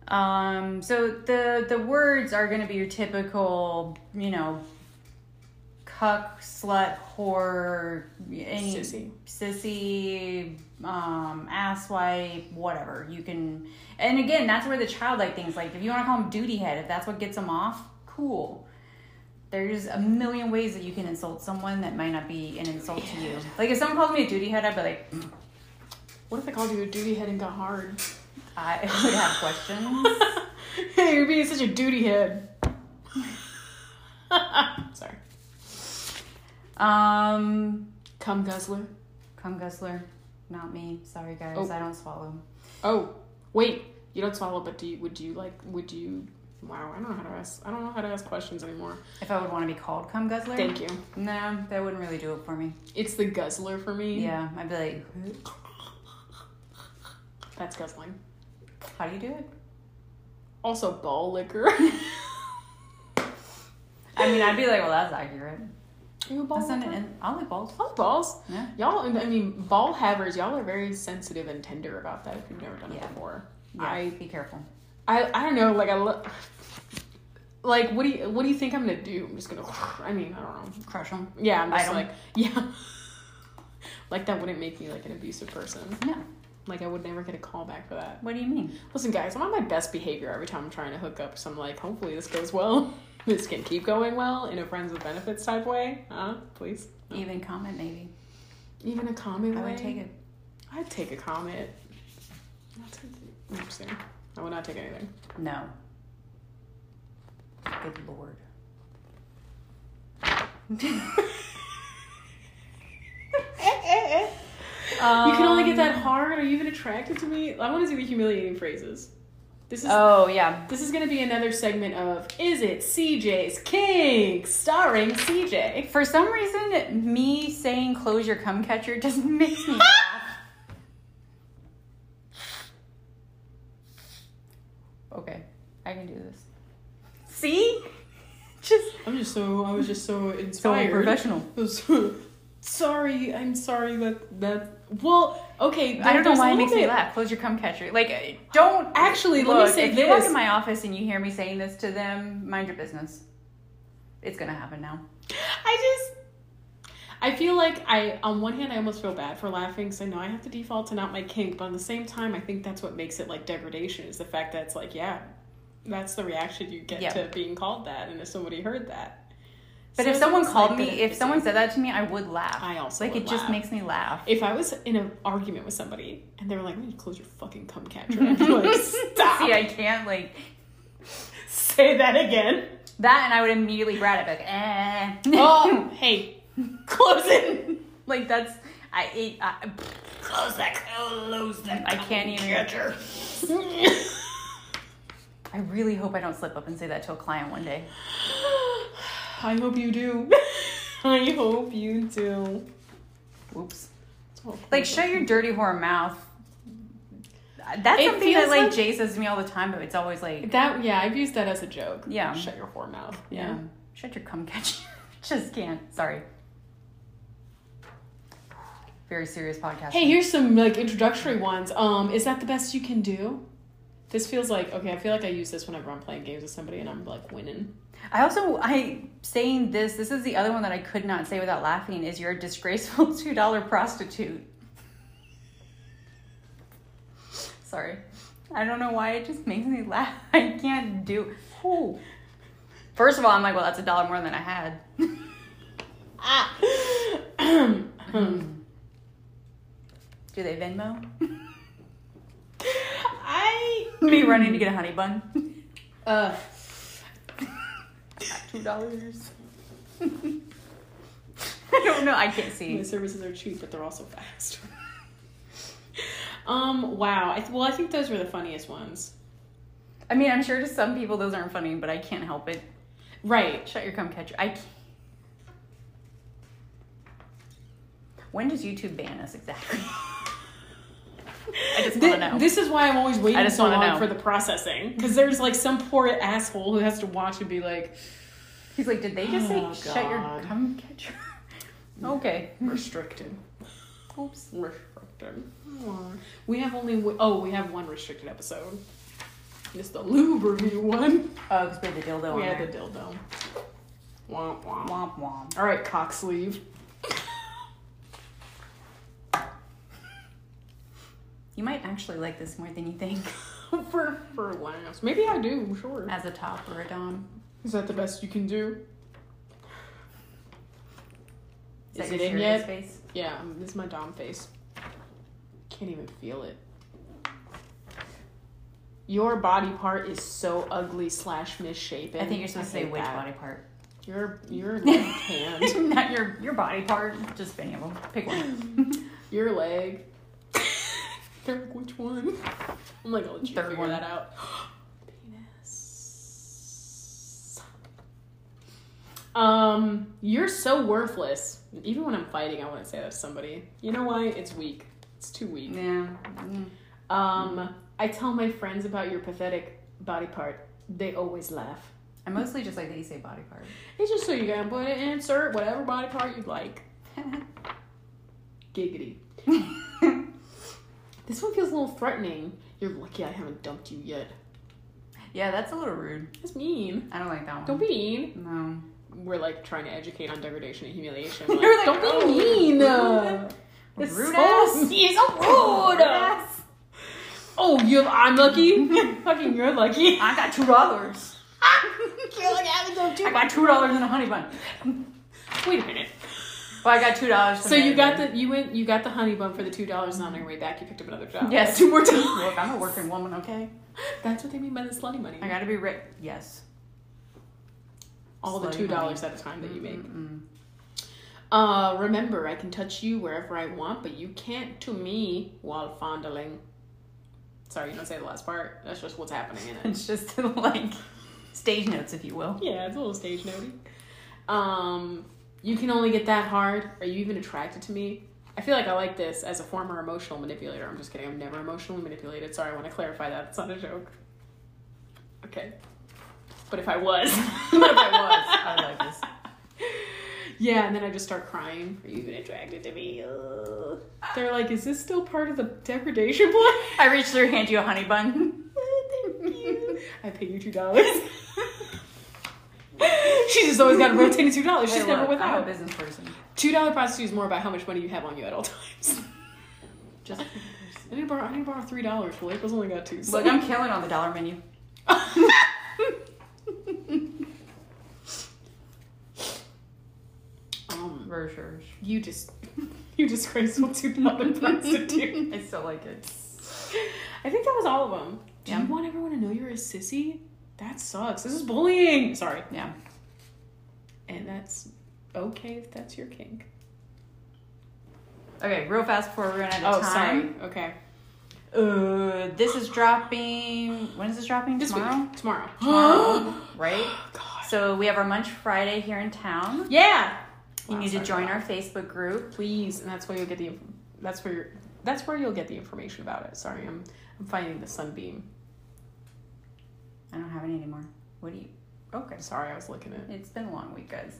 Speaker 2: Um, so the the words are going to be your typical, you know, cuck, slut, whore, any,
Speaker 1: Sissy.
Speaker 2: sissy, um, asswipe, whatever. You can, and again, that's where the childlike things like if you want to call them duty head, if that's what gets them off, cool. There's a million ways that you can insult someone that might not be an insult to you. Like if someone calls me a duty head, I'd be like, "Mm,
Speaker 1: What if I called you a duty head and got hard?
Speaker 2: I would have questions.
Speaker 1: hey, you're being such a duty head. Sorry.
Speaker 2: Um,
Speaker 1: Come guzzler.
Speaker 2: Come guzzler, not me. Sorry guys,
Speaker 1: Oh.
Speaker 2: I don't swallow.
Speaker 1: Oh, wait. You don't swallow, but do you? Would you like? Would you? Wow, I don't know how to ask. I don't know how to ask questions anymore.
Speaker 2: If I would want to be called cum guzzler,
Speaker 1: Thank you.
Speaker 2: no, that wouldn't really do it for me.
Speaker 1: It's the guzzler for me.
Speaker 2: Yeah, I'd be like,
Speaker 1: That's guzzling.
Speaker 2: how do you do it?
Speaker 1: Also, ball liquor.
Speaker 2: I mean, I'd be like, well, that's accurate.
Speaker 1: you ball
Speaker 2: That's not an
Speaker 1: liquor?
Speaker 2: in- I like balls.
Speaker 1: Ball balls.
Speaker 2: Yeah.
Speaker 1: Y'all, I mean, ball havers. Y'all are very sensitive and tender about that. If you've never done it
Speaker 2: Yeah.
Speaker 1: before,
Speaker 2: Yeah,
Speaker 1: I,
Speaker 2: be careful.
Speaker 1: I, I don't know. Like I look. Like what do you what do you think I'm gonna do? I'm just gonna. I mean, I don't know.
Speaker 2: Crush them.
Speaker 1: Yeah, I'm
Speaker 2: I
Speaker 1: just
Speaker 2: don't-
Speaker 1: like yeah. like that wouldn't make me like an abusive person.
Speaker 2: No.
Speaker 1: Like I would never get a call back for that.
Speaker 2: What do you mean?
Speaker 1: Listen, guys, I'm on my best behavior every time I'm trying to hook up. So I'm like, hopefully this goes well. this can keep going well in a friends with benefits type way. Huh? Please.
Speaker 2: Even comment maybe.
Speaker 1: Even a comment.
Speaker 2: I
Speaker 1: way?
Speaker 2: would take it.
Speaker 1: I'd take a comment. I'll take the- I'm just kidding. I would not take anything.
Speaker 2: No. Good lord.
Speaker 1: you can only get
Speaker 2: Um,
Speaker 1: that hard. Are you even attracted to me? I want to see the humiliating phrases. This is
Speaker 2: Oh yeah.
Speaker 1: This is going to be another segment of Is It CJ's King? starring CJ.
Speaker 2: For some reason, me saying close your cum catcher just makes me laugh. Okay, I can do this. See? Just
Speaker 1: I'm just so, I was just so
Speaker 2: so
Speaker 1: inspired.
Speaker 2: professional.
Speaker 1: sorry, I'm sorry that, that, well, okay.
Speaker 2: I don't know
Speaker 1: there's
Speaker 2: why
Speaker 1: a
Speaker 2: it makes me
Speaker 1: little
Speaker 2: laugh. Close your cum catcher. Like, I- don't
Speaker 1: Actually, let me
Speaker 2: look,
Speaker 1: say
Speaker 2: if you walk
Speaker 1: this.
Speaker 2: in my office and you hear me saying this to them, mind your business. It's gonna happen now.
Speaker 1: bit- I just, I feel like I, on one hand, I almost feel bad for laughing because I know I have to default to not my kink, but on the same time, I think that's what makes it like degradation is the fact that it's like, yeah, that's the reaction you get
Speaker 2: Yeah.
Speaker 1: to being called that. And if somebody heard that.
Speaker 2: But
Speaker 1: So
Speaker 2: if
Speaker 1: it's
Speaker 2: someone
Speaker 1: almost like
Speaker 2: called
Speaker 1: that
Speaker 2: me, if
Speaker 1: it's-
Speaker 2: someone said that to me, I would laugh.
Speaker 1: I also
Speaker 2: like
Speaker 1: would
Speaker 2: it just
Speaker 1: laugh.
Speaker 2: makes me laugh.
Speaker 1: If I was in an argument with somebody and they were like, "Why don't you close your fucking cum catcher," I'd be like, "Stop!
Speaker 2: See, I can't like
Speaker 1: Say that again."
Speaker 2: That and I would immediately grab it, like, eh.
Speaker 1: Oh, hey, close it.
Speaker 2: like that's I ate. I,
Speaker 1: Close that. Close that.
Speaker 2: I can't even-
Speaker 1: Catcher.
Speaker 2: I really hope I don't slip up and say that to a client one day.
Speaker 1: I hope you do. I hope you do.
Speaker 2: Oops.
Speaker 1: It's all
Speaker 2: Like
Speaker 1: close.
Speaker 2: shut your dirty whore mouth. That's
Speaker 1: It
Speaker 2: something that
Speaker 1: feels
Speaker 2: like
Speaker 1: like-
Speaker 2: Jay says to me all the time, but it's always like,
Speaker 1: that. Yeah, I've used that as a joke.
Speaker 2: Yeah.
Speaker 1: Shut your whore mouth.
Speaker 2: yeah, um, shut your cum catcher. Just can't. Sorry. Very serious podcast.
Speaker 1: Hey, here's some like introductory ones. Um, is that the best you can do? This feels like okay. I feel like I use this whenever I'm playing games with somebody and I'm like winning.
Speaker 2: I also I saying this. This is the other one that I could not say without laughing. Is you're a disgraceful two dollar prostitute. Sorry, I don't know why it just makes me laugh. I can't do. Ooh. First of all, I'm like, well, that's a dollar more than I had.
Speaker 1: Ah.
Speaker 2: Do they Venmo?
Speaker 1: I
Speaker 2: Me running to get a honey bun.
Speaker 1: uh
Speaker 2: two dollars. I don't know. I can't
Speaker 1: my
Speaker 2: see.
Speaker 1: services are cheap, but they're also fast. um. Wow. I th- well, I think those were the funniest ones.
Speaker 2: I mean, I'm sure to some people those aren't funny, but I can't help it.
Speaker 1: Right.
Speaker 2: Shut your cum catcher. I can't. When does YouTube ban us exactly? I just
Speaker 1: Thi-
Speaker 2: want to know.
Speaker 1: This is why I'm always waiting
Speaker 2: just
Speaker 1: so
Speaker 2: wanna
Speaker 1: long
Speaker 2: know.
Speaker 1: for the processing because there's like some poor asshole who has to watch and be like,
Speaker 2: He's like, did they just say
Speaker 1: Oh,
Speaker 2: shut your
Speaker 1: God.
Speaker 2: come catch your Okay.
Speaker 1: Restricted.
Speaker 2: Oops.
Speaker 1: Restricted. Aw. We have only w- oh we have one restricted episode. It's the lube review one.
Speaker 2: Oh, because we had the dildo
Speaker 1: We
Speaker 2: on
Speaker 1: had
Speaker 2: there.
Speaker 1: the dildo. Womp womp.
Speaker 2: Womp womp.
Speaker 1: All right, cock sleeve.
Speaker 2: You might actually like this more than you think.
Speaker 1: for for last. Maybe I do. Sure.
Speaker 2: As a top or a dom.
Speaker 1: Is that the best you can do? Is
Speaker 2: that
Speaker 1: it
Speaker 2: your
Speaker 1: in
Speaker 2: serious
Speaker 1: yet?
Speaker 2: Face?
Speaker 1: Yeah, um, this is my dom face. Can't even feel it. Your body part is so ugly slash misshapen.
Speaker 2: I think you're supposed to say
Speaker 1: hate
Speaker 2: which
Speaker 1: that.
Speaker 2: body part.
Speaker 1: Your your left hand,
Speaker 2: Not your your body part. Just any of them. Pick one.
Speaker 1: your leg. They're like, which one? Oh I'm like, I'll let you
Speaker 2: Third
Speaker 1: figure
Speaker 2: one.
Speaker 1: that out. Penis. Um, you're so worthless. Even when I'm fighting, I want to say that to somebody. You know why? It's weak. It's too weak.
Speaker 2: yeah. Mm.
Speaker 1: Um, I tell my friends about your pathetic body part. They always laugh.
Speaker 2: I mostly just like that you say body part.
Speaker 1: It's just so you can put it insert whatever body part you'd like. Giggity. This one feels a little threatening. You're lucky I haven't dumped you yet.
Speaker 2: yeah, that's a little rude.
Speaker 1: That's mean.
Speaker 2: I don't like that one.
Speaker 1: Don't be mean.
Speaker 2: No.
Speaker 1: We're like trying to educate on degradation and humiliation.
Speaker 2: You're
Speaker 1: Like,
Speaker 2: like,
Speaker 1: Don't be
Speaker 2: "Oh,
Speaker 1: mean.
Speaker 2: rude.
Speaker 1: It's
Speaker 2: Rude
Speaker 1: so
Speaker 2: ass.
Speaker 1: mean. So rude. Oh, you're I'm lucky. Fucking, you're lucky.
Speaker 2: I got two dollars.
Speaker 1: You're like, I haven't dumped you.
Speaker 2: I got two dollars and a honey bun.
Speaker 1: Wait a minute.
Speaker 2: Well, I got two dollars.
Speaker 1: So you got the you went you got the honey bun for the two dollars, and on your way back you picked up another job.
Speaker 2: Yes.
Speaker 1: two more
Speaker 2: Look,
Speaker 1: dollars.
Speaker 2: I'm a working woman, okay?
Speaker 1: That's what they mean by the slutty money.
Speaker 2: I gotta be rich. Yes.
Speaker 1: All the
Speaker 2: slutty
Speaker 1: two dollars
Speaker 2: money. Mm-hmm.
Speaker 1: at a time that you make.
Speaker 2: Mm-mm.
Speaker 1: Uh, remember, I can touch you wherever I want, but you can't to me while fondling. Sorry, you don't say the last part. That's just what's happening in it.
Speaker 2: It's just like stage notes, if you will.
Speaker 1: yeah, it's a little stage notey. Um, you can only get that hard. Are you even attracted to me? I feel like I like this as a former emotional manipulator. I'm just kidding. I'm never emotionally manipulated. Sorry, I want to clarify that. It's not a joke. Okay. But if I was,
Speaker 2: But if I was, I like this.
Speaker 1: yeah, and then I just start crying. Are you even attracted to me? Ugh. They're like, is this still part of the degradation plan?
Speaker 2: I reached through, hand you a honey bun.
Speaker 1: Thank you. I paid you two dollars. She's just always got a rotating two dollars. She's
Speaker 2: Hey,
Speaker 1: never
Speaker 2: look, I'm a
Speaker 1: without.
Speaker 2: business person.
Speaker 1: Two dollar prostitute is more about how much money you have on you at all times.
Speaker 2: Just
Speaker 1: I need to borrow. I need to borrow three dollars. Well, April's only got two. So.
Speaker 2: look, I'm killing on the dollar menu.
Speaker 1: um,
Speaker 2: Brochures.
Speaker 1: you just, you disgraceful two dollar prostitute.
Speaker 2: I still like it.
Speaker 1: I think that was all of them. Do
Speaker 2: Yeah.
Speaker 1: you want everyone to know you're a sissy? That sucks. This is bullying. Sorry.
Speaker 2: Yeah.
Speaker 1: And that's okay if that's your kink.
Speaker 2: Okay, real fast before we run out of time.
Speaker 1: Oh, sorry. Okay.
Speaker 2: sorry. Uh, this is dropping. When is this dropping?
Speaker 1: This
Speaker 2: Tomorrow.
Speaker 1: week. Tomorrow.
Speaker 2: Tomorrow, right?
Speaker 1: God.
Speaker 2: So we have our Munch Friday here in town.
Speaker 1: Yeah.
Speaker 2: You need to join our Facebook group.
Speaker 1: please, and that's where you'll get the. inf- That's where you're, that's where you'll get the information about it. Sorry, I'm I'm finding the sunbeam.
Speaker 2: I don't have any anymore. What do you? Okay.
Speaker 1: Sorry, I was looking at.
Speaker 2: It's been a long week, guys.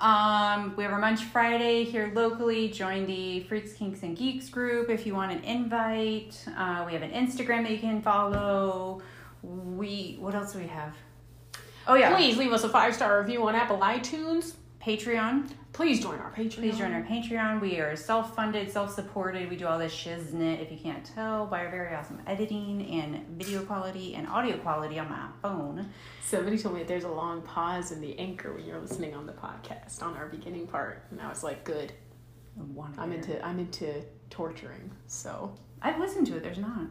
Speaker 2: Um, we have our Munch Friday here locally. Join the Freaks, Kinks, and Geeks group if you want an invite. Uh, we have an Instagram that you can follow. We what else do we have? Oh yeah,
Speaker 1: Please leave us a five star review on Apple iTunes.
Speaker 2: Patreon.
Speaker 1: Please join our Patreon.
Speaker 2: Please join our Patreon. We are self funded, self supported. We do all this shiznit, if you can't tell, by our very awesome editing and video quality and audio quality on my phone.
Speaker 1: Somebody told me that there's a long pause in the anchor when you're listening on the podcast on our beginning part, and I was like, good.
Speaker 2: Wanna
Speaker 1: I'm
Speaker 2: hear.
Speaker 1: into I'm into torturing. So,
Speaker 2: I've listened to it. There's not.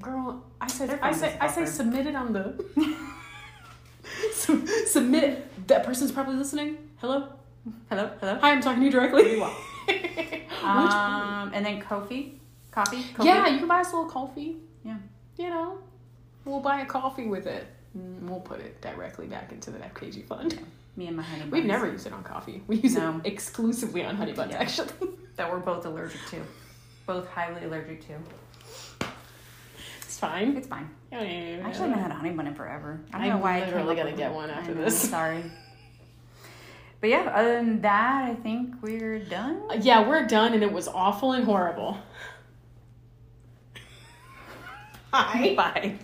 Speaker 1: girl, I said
Speaker 2: They're
Speaker 1: I
Speaker 2: fine,
Speaker 1: say
Speaker 2: Mrs.
Speaker 1: I say
Speaker 2: Buffer.
Speaker 1: submit it on the. Sub- submit. That person's probably listening. Hello.
Speaker 2: Hello, hello.
Speaker 1: Hi, I'm talking to you directly.
Speaker 2: You are.
Speaker 1: Which-
Speaker 2: Um, and then Kofi, coffee. Kofi?
Speaker 1: yeah, you can buy us a little coffee.
Speaker 2: Yeah.
Speaker 1: You know, we'll buy a coffee with it. And We'll put it directly back into the FKG fund.
Speaker 2: Me and my honey.
Speaker 1: We've
Speaker 2: buns
Speaker 1: never used it on coffee. We use
Speaker 2: No.
Speaker 1: it exclusively on honey buns,
Speaker 2: Yeah.
Speaker 1: actually.
Speaker 2: that we're both allergic to, both highly allergic to.
Speaker 1: It's fine.
Speaker 2: It's fine.
Speaker 1: Actually,
Speaker 2: I actually haven't had a honey bun in forever. I don't
Speaker 1: I'm
Speaker 2: know why. I
Speaker 1: literally
Speaker 2: came up
Speaker 1: gonna
Speaker 2: with
Speaker 1: get
Speaker 2: it.
Speaker 1: one after
Speaker 2: I know,
Speaker 1: this.
Speaker 2: Sorry. But yeah, other than that, I think we're done.
Speaker 1: Yeah, we're done, and it was awful and horrible. Hi.
Speaker 2: Bye.